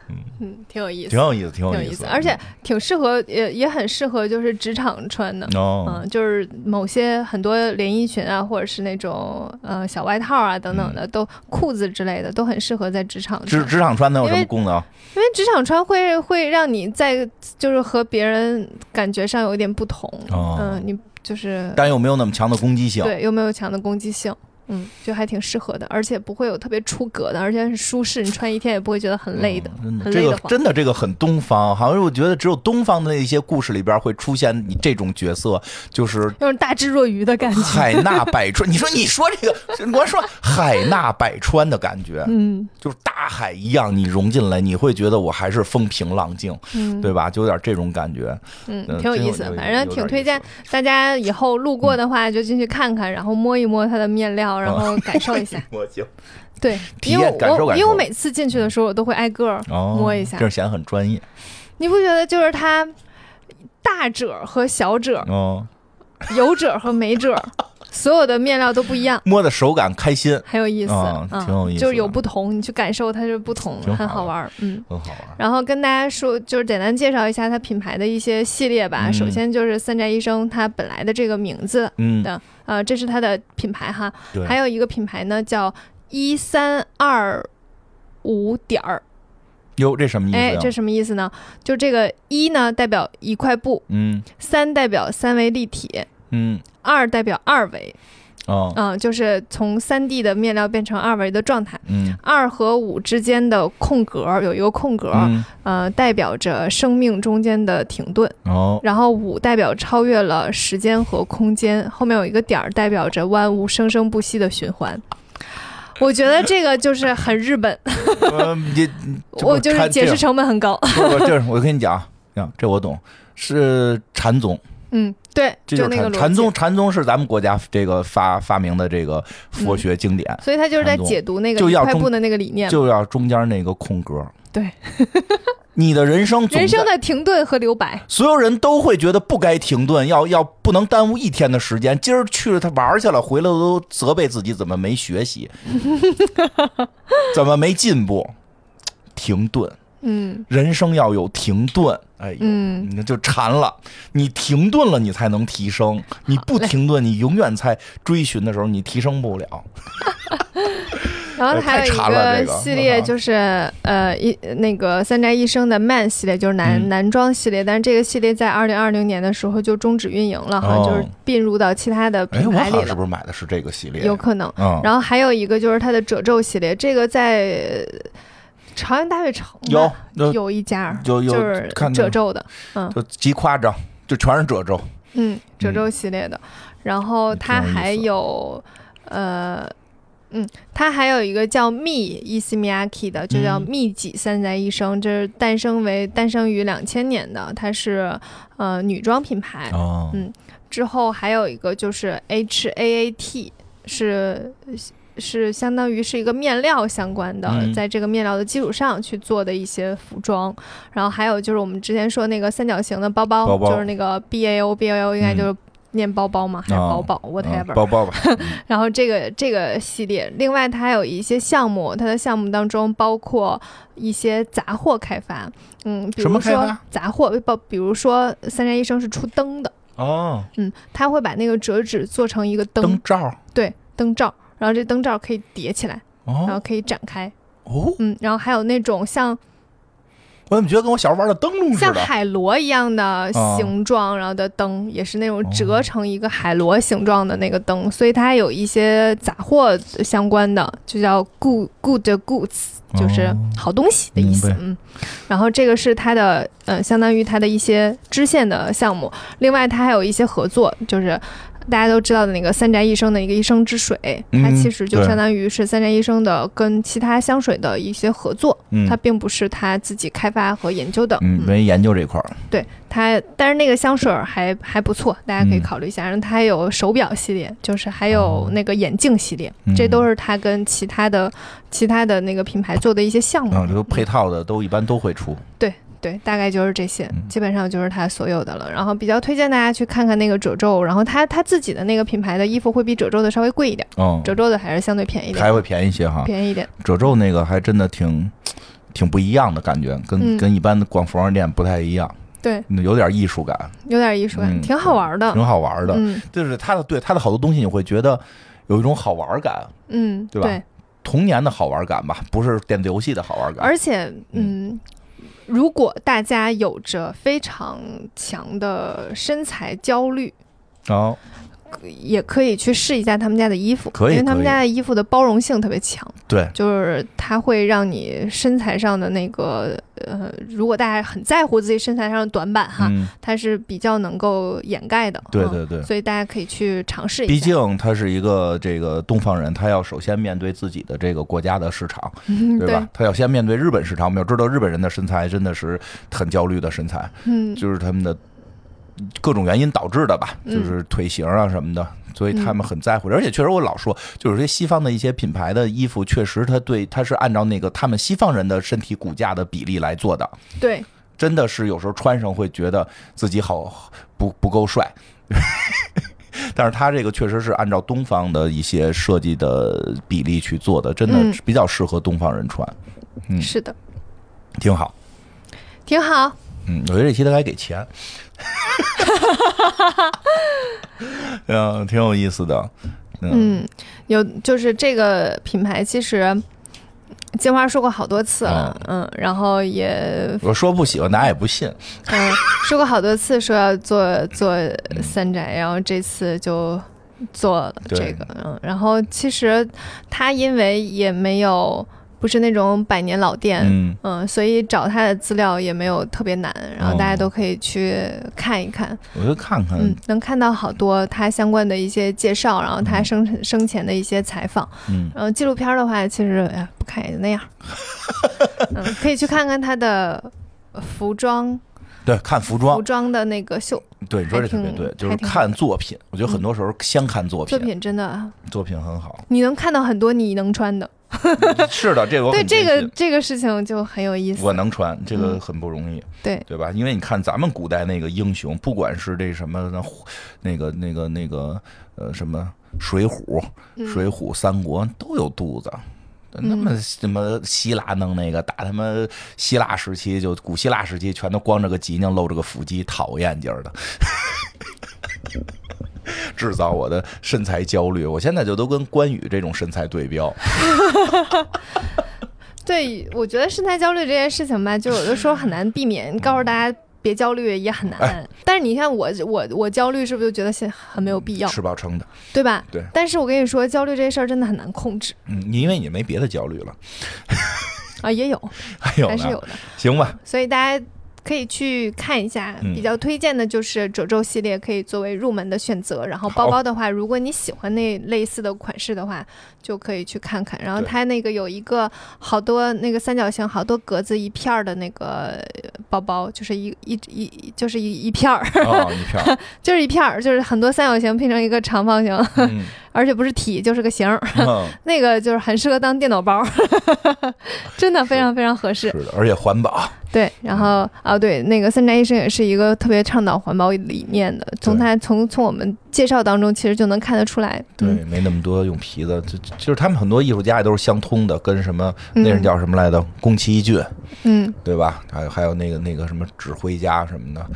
[SPEAKER 1] 嗯，挺有意思，
[SPEAKER 2] 挺有意思，挺
[SPEAKER 1] 挺
[SPEAKER 2] 有
[SPEAKER 1] 有意
[SPEAKER 2] 思，嗯
[SPEAKER 1] 而且挺适合，也也很适合就是职场穿的。
[SPEAKER 2] 哦，
[SPEAKER 1] 嗯，就是某些很多连衣裙啊，或者是那种呃小外套啊等等的，都裤子之类的都很适合在职场穿。
[SPEAKER 2] 嗯职职场穿能有什
[SPEAKER 1] 因
[SPEAKER 2] 么
[SPEAKER 1] 为
[SPEAKER 2] 功能？
[SPEAKER 1] 因为职场穿会会让你在就是和别人感觉上有一点不同。
[SPEAKER 2] 哦
[SPEAKER 1] 嗯，你就是
[SPEAKER 2] 但又没有那么强的攻击性。
[SPEAKER 1] 对又没有强的攻击性。嗯，就还挺适合的，而且不会有特别出格的，而且很舒适，你穿一天也不会觉得很累的，
[SPEAKER 2] 嗯真的，
[SPEAKER 1] 很
[SPEAKER 2] 这
[SPEAKER 1] 累
[SPEAKER 2] 个
[SPEAKER 1] 得慌。
[SPEAKER 2] 真的这个很东方，好像我觉得只有东方的那些故事里边会出现你这种角色，就是
[SPEAKER 1] 有种大智若愚的感 觉。
[SPEAKER 2] 海纳百川。你说你说这个，我说海纳百川的感觉，
[SPEAKER 1] 嗯
[SPEAKER 2] 就是大海一样，你融进来，你会觉得我还是风平浪静，
[SPEAKER 1] 嗯
[SPEAKER 2] 对吧？就有点这种感觉。
[SPEAKER 1] 嗯，
[SPEAKER 2] 嗯
[SPEAKER 1] 挺有
[SPEAKER 2] 真
[SPEAKER 1] 意
[SPEAKER 2] 有
[SPEAKER 1] 思
[SPEAKER 2] 有
[SPEAKER 1] 的，
[SPEAKER 2] 有
[SPEAKER 1] 反
[SPEAKER 2] 有
[SPEAKER 1] 正
[SPEAKER 2] 点
[SPEAKER 1] 挺
[SPEAKER 2] 意
[SPEAKER 1] 推
[SPEAKER 2] 思。
[SPEAKER 1] 荐大家以后路过的话就进去看看，然后摸一摸它的面料，然后感受一下
[SPEAKER 2] 我行
[SPEAKER 1] 对，
[SPEAKER 2] 啊体
[SPEAKER 1] 因为
[SPEAKER 2] 验感受
[SPEAKER 1] 我
[SPEAKER 2] 感
[SPEAKER 1] 因为我
[SPEAKER 2] 受
[SPEAKER 1] 每次进去的时候，我都会挨个儿
[SPEAKER 2] 哦，
[SPEAKER 1] 摸一下
[SPEAKER 2] 这显得很专业
[SPEAKER 1] 你不觉得就是它大褶和小褶、
[SPEAKER 2] 哦。
[SPEAKER 1] 有褶和没褶，所有的面料都不一样，
[SPEAKER 2] 摸的手感开心，
[SPEAKER 1] 很有意思，
[SPEAKER 2] 啊
[SPEAKER 1] 嗯
[SPEAKER 2] 挺有意思
[SPEAKER 1] 就是有
[SPEAKER 2] 的
[SPEAKER 1] 不同，你去感受它是不同，
[SPEAKER 2] 挺
[SPEAKER 1] 很
[SPEAKER 2] 好
[SPEAKER 1] 好
[SPEAKER 2] 的
[SPEAKER 1] 玩儿，嗯。
[SPEAKER 2] 很好玩。
[SPEAKER 1] 然后跟大家说，就是简单介绍一下它品牌的一些系列吧。
[SPEAKER 2] 嗯
[SPEAKER 1] 首先就是三宅一生，它本来的这个名字，
[SPEAKER 2] 嗯，
[SPEAKER 1] 呃，这是它的品牌哈。
[SPEAKER 2] 对，
[SPEAKER 1] 还有一个品牌呢，叫一三二五点儿，
[SPEAKER 2] 哟，这什么意思啊呀？
[SPEAKER 1] 哎，这什么意思呢？就这个一呢代表一块布，
[SPEAKER 2] 嗯
[SPEAKER 1] 三代表三维立体，
[SPEAKER 2] 嗯
[SPEAKER 1] 二代表二维，
[SPEAKER 2] 哦
[SPEAKER 1] 嗯、就是从三 D 的面料变成二维的状态。
[SPEAKER 2] 嗯
[SPEAKER 1] 二和五之间的空格有一个空格，
[SPEAKER 2] 嗯
[SPEAKER 1] 呃，代表着生命中间的停顿。
[SPEAKER 2] 哦
[SPEAKER 1] 然后五代表超越了时间和空间，后面有一个点儿代表着万物生生不息的循环。我觉得这个就是很日本，
[SPEAKER 2] 嗯，你 这
[SPEAKER 1] 我
[SPEAKER 2] 不
[SPEAKER 1] 就是
[SPEAKER 2] 看
[SPEAKER 1] 解
[SPEAKER 2] 这
[SPEAKER 1] 释成本很 高。
[SPEAKER 2] 不不，这是我跟你讲啊， 这我懂，是禅宗，
[SPEAKER 1] 嗯，对，
[SPEAKER 2] 这就
[SPEAKER 1] 那
[SPEAKER 2] 是
[SPEAKER 1] 个
[SPEAKER 2] 禅
[SPEAKER 1] 逻
[SPEAKER 2] 禅
[SPEAKER 1] 辑
[SPEAKER 2] 宗，。禅宗是咱们国家这个发发明的这个佛学经典，
[SPEAKER 1] 所以他就是在解读那
[SPEAKER 2] 就
[SPEAKER 1] 个一
[SPEAKER 2] 要
[SPEAKER 1] 块布
[SPEAKER 2] 中
[SPEAKER 1] 的那个理念嘛，
[SPEAKER 2] 就要中间那个空格。
[SPEAKER 1] 嗯对，
[SPEAKER 2] 你的人生总
[SPEAKER 1] 人生
[SPEAKER 2] 在
[SPEAKER 1] 的停顿和留白。
[SPEAKER 2] 所有人都会觉得不该停顿，要要不能耽误一天的时间。今儿去了他玩儿去了，回来都责备自己怎么没 学习，怎么没进步。停顿，
[SPEAKER 1] 嗯
[SPEAKER 2] 人生要有停顿。哎呦，
[SPEAKER 1] 嗯，
[SPEAKER 2] 你就馋了。你停顿了，你才能提升；你不停顿，你永远在追寻的时候，你提升不了。
[SPEAKER 1] 然后
[SPEAKER 2] 哎
[SPEAKER 1] 它还有
[SPEAKER 2] 太
[SPEAKER 1] 一
[SPEAKER 2] 馋了这个嗯
[SPEAKER 1] 系列就是呃一那个三宅一生的 Man 系列，就是男、
[SPEAKER 2] 嗯
[SPEAKER 1] 男装系列，但是这个系列在二零二零年的时候就终止运营了，哈、
[SPEAKER 2] 哦
[SPEAKER 1] 就是并入到其他的
[SPEAKER 2] 哎，
[SPEAKER 1] 品
[SPEAKER 2] 我
[SPEAKER 1] 牌里
[SPEAKER 2] 好像是
[SPEAKER 1] 了，
[SPEAKER 2] 不是买的是这个系列？
[SPEAKER 1] 有可能。
[SPEAKER 2] 嗯，
[SPEAKER 1] 然后还有一个就是它的褶皱系列，这个在呃朝阳大悦城吧
[SPEAKER 2] 有有
[SPEAKER 1] 有一家儿，
[SPEAKER 2] 有有
[SPEAKER 1] 就是
[SPEAKER 2] 看
[SPEAKER 1] 褶
[SPEAKER 2] 到
[SPEAKER 1] 皱的，
[SPEAKER 2] 就极夸张，就全是褶皱。
[SPEAKER 1] 嗯，褶皱系列的。然后它
[SPEAKER 2] 挺有意思
[SPEAKER 1] 还有呃。嗯，它还有一个叫密伊西米亚 k 的，就叫
[SPEAKER 2] 嗯
[SPEAKER 1] 密己三宅一生，这是诞生为诞生于两千年的，它是呃女装品牌。
[SPEAKER 2] 哦
[SPEAKER 1] 嗯之后还有一个就是 H A A T，是是相当于是一个面料相关的，
[SPEAKER 2] 嗯
[SPEAKER 1] 在这个面料的基础上去做的一些服装。然后还有就是我们之前说那个三角形的包包，
[SPEAKER 2] 包包
[SPEAKER 1] 就是那个 B A O B A O，应该就是念包包嘛，还是
[SPEAKER 2] 哦
[SPEAKER 1] 包包、whatever。
[SPEAKER 2] 包包吧。
[SPEAKER 1] 然后这个这个系列，另外它还有一些项目，它的项目当中包括一些杂货开发，嗯，比
[SPEAKER 2] 什
[SPEAKER 1] 如
[SPEAKER 2] 么开
[SPEAKER 1] 说
[SPEAKER 2] 发
[SPEAKER 1] 杂货，不，比如说三宅一生是出灯的。
[SPEAKER 2] 哦，
[SPEAKER 1] 嗯，他会把那个折纸做成一个灯，
[SPEAKER 2] 灯罩。
[SPEAKER 1] 对，灯罩，然后这灯罩可以叠起来，然后
[SPEAKER 2] 哦
[SPEAKER 1] 可以展开，
[SPEAKER 2] 哦，
[SPEAKER 1] 嗯，然后还有那种像
[SPEAKER 2] 我怎么觉得跟我小时候玩的灯笼似
[SPEAKER 1] 像
[SPEAKER 2] 的？
[SPEAKER 1] 海螺一样的
[SPEAKER 2] 啊
[SPEAKER 1] 形状，然后的灯也是那种
[SPEAKER 2] 哦
[SPEAKER 1] 折成一个海螺形状的那个灯，所以它还有一些杂货相关的，就叫 good good goods，就是
[SPEAKER 2] 哦
[SPEAKER 1] 好东西的意思
[SPEAKER 2] 明白，
[SPEAKER 1] 嗯。然后这个是它的，呃，相当于它的一些支线的项目，另外它还有一些合作，就是。大家都知道的那个三宅一生的一个一生之水，它
[SPEAKER 2] 嗯
[SPEAKER 1] 其实就
[SPEAKER 2] 对
[SPEAKER 1] 相当于是三宅一生的跟其他香水的一些合作，
[SPEAKER 2] 嗯
[SPEAKER 1] 它并不是他自己开发和研究的。
[SPEAKER 2] 嗯，没研究这块儿，
[SPEAKER 1] 对它，但是那个香水儿还还不错，大家可以
[SPEAKER 2] 嗯
[SPEAKER 1] 考虑一下。然后它还有手表系列，就是还有
[SPEAKER 2] 哦
[SPEAKER 1] 那个眼镜系列，
[SPEAKER 2] 嗯
[SPEAKER 1] 这都是它跟其他的其他的那个品牌做的一些项目。嗯
[SPEAKER 2] 嗯，这个配套的都一般都会出，
[SPEAKER 1] 对，大概就是这些，
[SPEAKER 2] 嗯
[SPEAKER 1] 基本上就是它所有的了。然后比较推荐大家去看看那个褶皱，然后它它自己的那个品牌的衣服会比褶皱的稍微贵一点，
[SPEAKER 2] 嗯，
[SPEAKER 1] 褶皱的还是相对便宜一点，
[SPEAKER 2] 还会便宜一些哈。
[SPEAKER 1] 便宜一点。
[SPEAKER 2] 褶皱那个还真的挺挺不一样的感觉，跟
[SPEAKER 1] 嗯
[SPEAKER 2] 跟一般的逛服装店不太一样，
[SPEAKER 1] 对，
[SPEAKER 2] 有点艺术感，
[SPEAKER 1] 有点艺术感，
[SPEAKER 2] 嗯
[SPEAKER 1] 挺好玩的。
[SPEAKER 2] 挺好玩的。
[SPEAKER 1] 嗯
[SPEAKER 2] 就是它的对它的好多东西，你会觉得有一种好玩感，
[SPEAKER 1] 嗯，
[SPEAKER 2] 对吧童年的好玩感吧，不是电子游戏的好玩感。
[SPEAKER 1] 而且，嗯，如果大家有着非常强的身材焦虑，
[SPEAKER 2] 哦，
[SPEAKER 1] 也可以去试一下他们家的衣服，
[SPEAKER 2] 可以
[SPEAKER 1] 因为他们
[SPEAKER 2] 可以
[SPEAKER 1] 家的衣服的包容性特别强，
[SPEAKER 2] 对，
[SPEAKER 1] 就是它会让你身材上的那个，呃，如果大家很在乎自己身材上的短板哈，
[SPEAKER 2] 嗯，
[SPEAKER 1] 它是比较能够掩盖的。
[SPEAKER 2] 对
[SPEAKER 1] 嗯
[SPEAKER 2] 对对。
[SPEAKER 1] 所以大家可以去尝试一下。
[SPEAKER 2] 毕竟他是一个这个东方人，他要首先面对自己的这个国家的市场，
[SPEAKER 1] 嗯，
[SPEAKER 2] 对吧？他要先面对日本市场。我们要知道日本人的身材真的是很焦虑的身材，
[SPEAKER 1] 嗯，
[SPEAKER 2] 就是他们的各种原因导致的吧，
[SPEAKER 1] 嗯
[SPEAKER 2] 就是腿型啊什么的，所以他们很在乎。而且确实，我老说，就是这西方的一些品牌的衣服，确实它对它是按照那个他们西方人的身体骨架的比例来做的，
[SPEAKER 1] 对，
[SPEAKER 2] 真的是有时候穿上会觉得自己好不不够帅。 但是它这个确实是按照东方的一些设计的比例去做的，真的
[SPEAKER 1] 嗯
[SPEAKER 2] 比较适合东方人穿，嗯
[SPEAKER 1] 是的，
[SPEAKER 2] 挺好。
[SPEAKER 1] 挺好。
[SPEAKER 2] 嗯，我觉得这期他该给钱， 嗯，挺有意思的，嗯，
[SPEAKER 1] 嗯，有就是这个品牌，其实金花说过好多次了，嗯，然后也
[SPEAKER 2] 我说不喜欢，大家也不信，
[SPEAKER 1] 嗯说过好多次说要做做三宅，然后这次就做了
[SPEAKER 2] 对
[SPEAKER 1] 这个，嗯，然后其实他因为也没有不是那种百年老店。嗯
[SPEAKER 2] 嗯，
[SPEAKER 1] 所以找他的资料也没有特别难，然后大家
[SPEAKER 2] 哦
[SPEAKER 1] 都可以去看一看。
[SPEAKER 2] 我就看看，
[SPEAKER 1] 嗯，能看到好多他相关的一些介绍，然后他
[SPEAKER 2] 嗯
[SPEAKER 1] 生、生前的一些采访。
[SPEAKER 2] 嗯，
[SPEAKER 1] 然后呃纪录片儿的话，其实哎呀不看也就那样。嗯，可以去看看他的服装，
[SPEAKER 2] 对，看服
[SPEAKER 1] 服
[SPEAKER 2] 装，
[SPEAKER 1] 装的那个秀
[SPEAKER 2] 对，你说这
[SPEAKER 1] 还
[SPEAKER 2] 特别
[SPEAKER 1] 挺
[SPEAKER 2] 对，就
[SPEAKER 1] 还
[SPEAKER 2] 是
[SPEAKER 1] 挺嗯
[SPEAKER 2] 看作品，我觉得很多时候先看作
[SPEAKER 1] 作
[SPEAKER 2] 品，
[SPEAKER 1] 品，真的
[SPEAKER 2] 作品很好，
[SPEAKER 1] 你能看到很多你能穿的。
[SPEAKER 2] 是的，这个我
[SPEAKER 1] 对
[SPEAKER 2] 很
[SPEAKER 1] 这
[SPEAKER 2] 坚
[SPEAKER 1] 个
[SPEAKER 2] 信
[SPEAKER 1] 这个事情就很有意思。
[SPEAKER 2] 我能穿，这个
[SPEAKER 1] 嗯
[SPEAKER 2] 很不容易，
[SPEAKER 1] 对
[SPEAKER 2] 对吧？因为你看咱们古代那个英雄，不管是这什么那那个那个那个呃什么水浒，
[SPEAKER 1] 嗯
[SPEAKER 2] 水浒、三国都有肚子。那么什么希腊弄那个打他妈希腊时期就古希腊时期全都光着个脊梁露着个腹肌，讨厌劲儿的， 制造我的身材焦虑。我现在就都跟关羽这种身材对标，
[SPEAKER 1] 对，我觉得身材焦虑这件事情吧，就有的时候很难避 免，告诉大家。别焦虑也很难，
[SPEAKER 2] 哎
[SPEAKER 1] 但是你看我我我焦虑是不是就觉得现很没有必要，
[SPEAKER 2] 吃饱撑的。
[SPEAKER 1] 对吧？
[SPEAKER 2] 嗯对
[SPEAKER 1] 但是我跟你说，焦虑这事儿真的很难控制
[SPEAKER 2] 嗯，你因为你没别的焦虑了，
[SPEAKER 1] 啊，也有，
[SPEAKER 2] 还有
[SPEAKER 1] 还是
[SPEAKER 2] 呢？
[SPEAKER 1] 有的。
[SPEAKER 2] 行吧，
[SPEAKER 1] 所以大家可以去看一下，
[SPEAKER 2] 嗯
[SPEAKER 1] 比较推荐的就是褶皱系列，可以作为入门的选择。然后包包的话，如果你喜欢那类似的款式的话，就可以去看看。然后
[SPEAKER 2] 对
[SPEAKER 1] 它那个有一个好多那个三角形，好多格子一片儿的那个呃包包，就是一一一一就是一一片儿，
[SPEAKER 2] 哦，一票，
[SPEAKER 1] 就是一片儿，就是很多三角形拼成一个长方形，
[SPEAKER 2] 嗯，
[SPEAKER 1] 而且不是体就是个形儿。
[SPEAKER 2] 嗯
[SPEAKER 1] 那个就是很适合当电脑包， 真的非常非常合适。
[SPEAKER 2] 是的，而且环保，
[SPEAKER 1] 对，然
[SPEAKER 2] 嗯
[SPEAKER 1] 后啊，对，那个三宅一生也是一个特别倡导环保理念的，从他从从我们介绍当中，其实就能看得出来。
[SPEAKER 2] 对
[SPEAKER 1] 嗯，，
[SPEAKER 2] 没那么多用皮的，就就是他们很多艺术家也都是相通的，跟什么
[SPEAKER 1] 嗯
[SPEAKER 2] 那人叫什么来着？宫崎骏，
[SPEAKER 1] 嗯，
[SPEAKER 2] 对吧？还有还有那个那个什么指挥家什么的，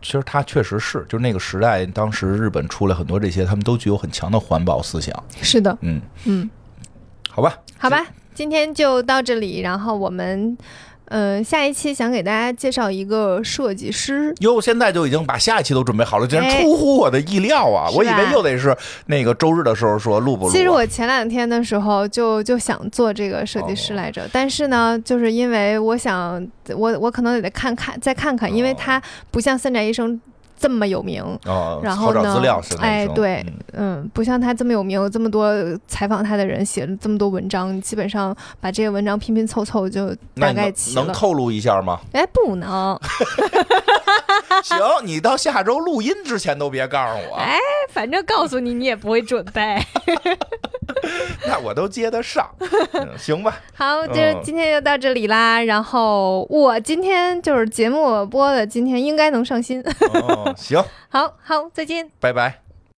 [SPEAKER 2] 其实他确实是，就是那个时代，当时日本出了很多这些，他们都具有很强的环保思想。
[SPEAKER 1] 是的，
[SPEAKER 2] 嗯，
[SPEAKER 1] 嗯，
[SPEAKER 2] 好吧，
[SPEAKER 1] 好吧，今天就到这里，然后我们。呃，下一期想给大家介绍一个设计师，
[SPEAKER 2] 哟，现在就已经把下一期都准备好了，竟然
[SPEAKER 1] 哎
[SPEAKER 2] 出乎我的意料啊！
[SPEAKER 1] 是吧
[SPEAKER 2] 我以为又得是那个周日的时候说录不录啊、
[SPEAKER 1] 其实我前两天的时候就就想做这个设计
[SPEAKER 2] 哦
[SPEAKER 1] 师来着，但是呢，就是因为我想我我可能得看看再看看，因为
[SPEAKER 2] 哦
[SPEAKER 1] 它不像三宅一生。这么有名，
[SPEAKER 2] 哦，
[SPEAKER 1] 然
[SPEAKER 2] 好
[SPEAKER 1] 后
[SPEAKER 2] 找
[SPEAKER 1] 呢
[SPEAKER 2] 资料是那
[SPEAKER 1] 哎
[SPEAKER 2] 种
[SPEAKER 1] 对
[SPEAKER 2] 嗯
[SPEAKER 1] 嗯，不像他这么有名，有这么多采访他的人写了这么多文章，基本上把这些文章拼拼凑凑就
[SPEAKER 2] 那
[SPEAKER 1] 大
[SPEAKER 2] 你
[SPEAKER 1] 概
[SPEAKER 2] 能
[SPEAKER 1] 齐
[SPEAKER 2] 能
[SPEAKER 1] 了。
[SPEAKER 2] 透露一 下吗？
[SPEAKER 1] 哎，不 能，
[SPEAKER 2] 行，你到下周录音之前都别告诉我，
[SPEAKER 1] 哎，反正告诉你，你也不会准备。
[SPEAKER 2] 那我都接得上，嗯行吧？
[SPEAKER 1] 好，就
[SPEAKER 2] 嗯
[SPEAKER 1] 今天就到这里啦。然后我今天就是节目播的，今天应该能上新。
[SPEAKER 2] 哦，行，
[SPEAKER 1] 好好，再见。
[SPEAKER 2] 拜拜。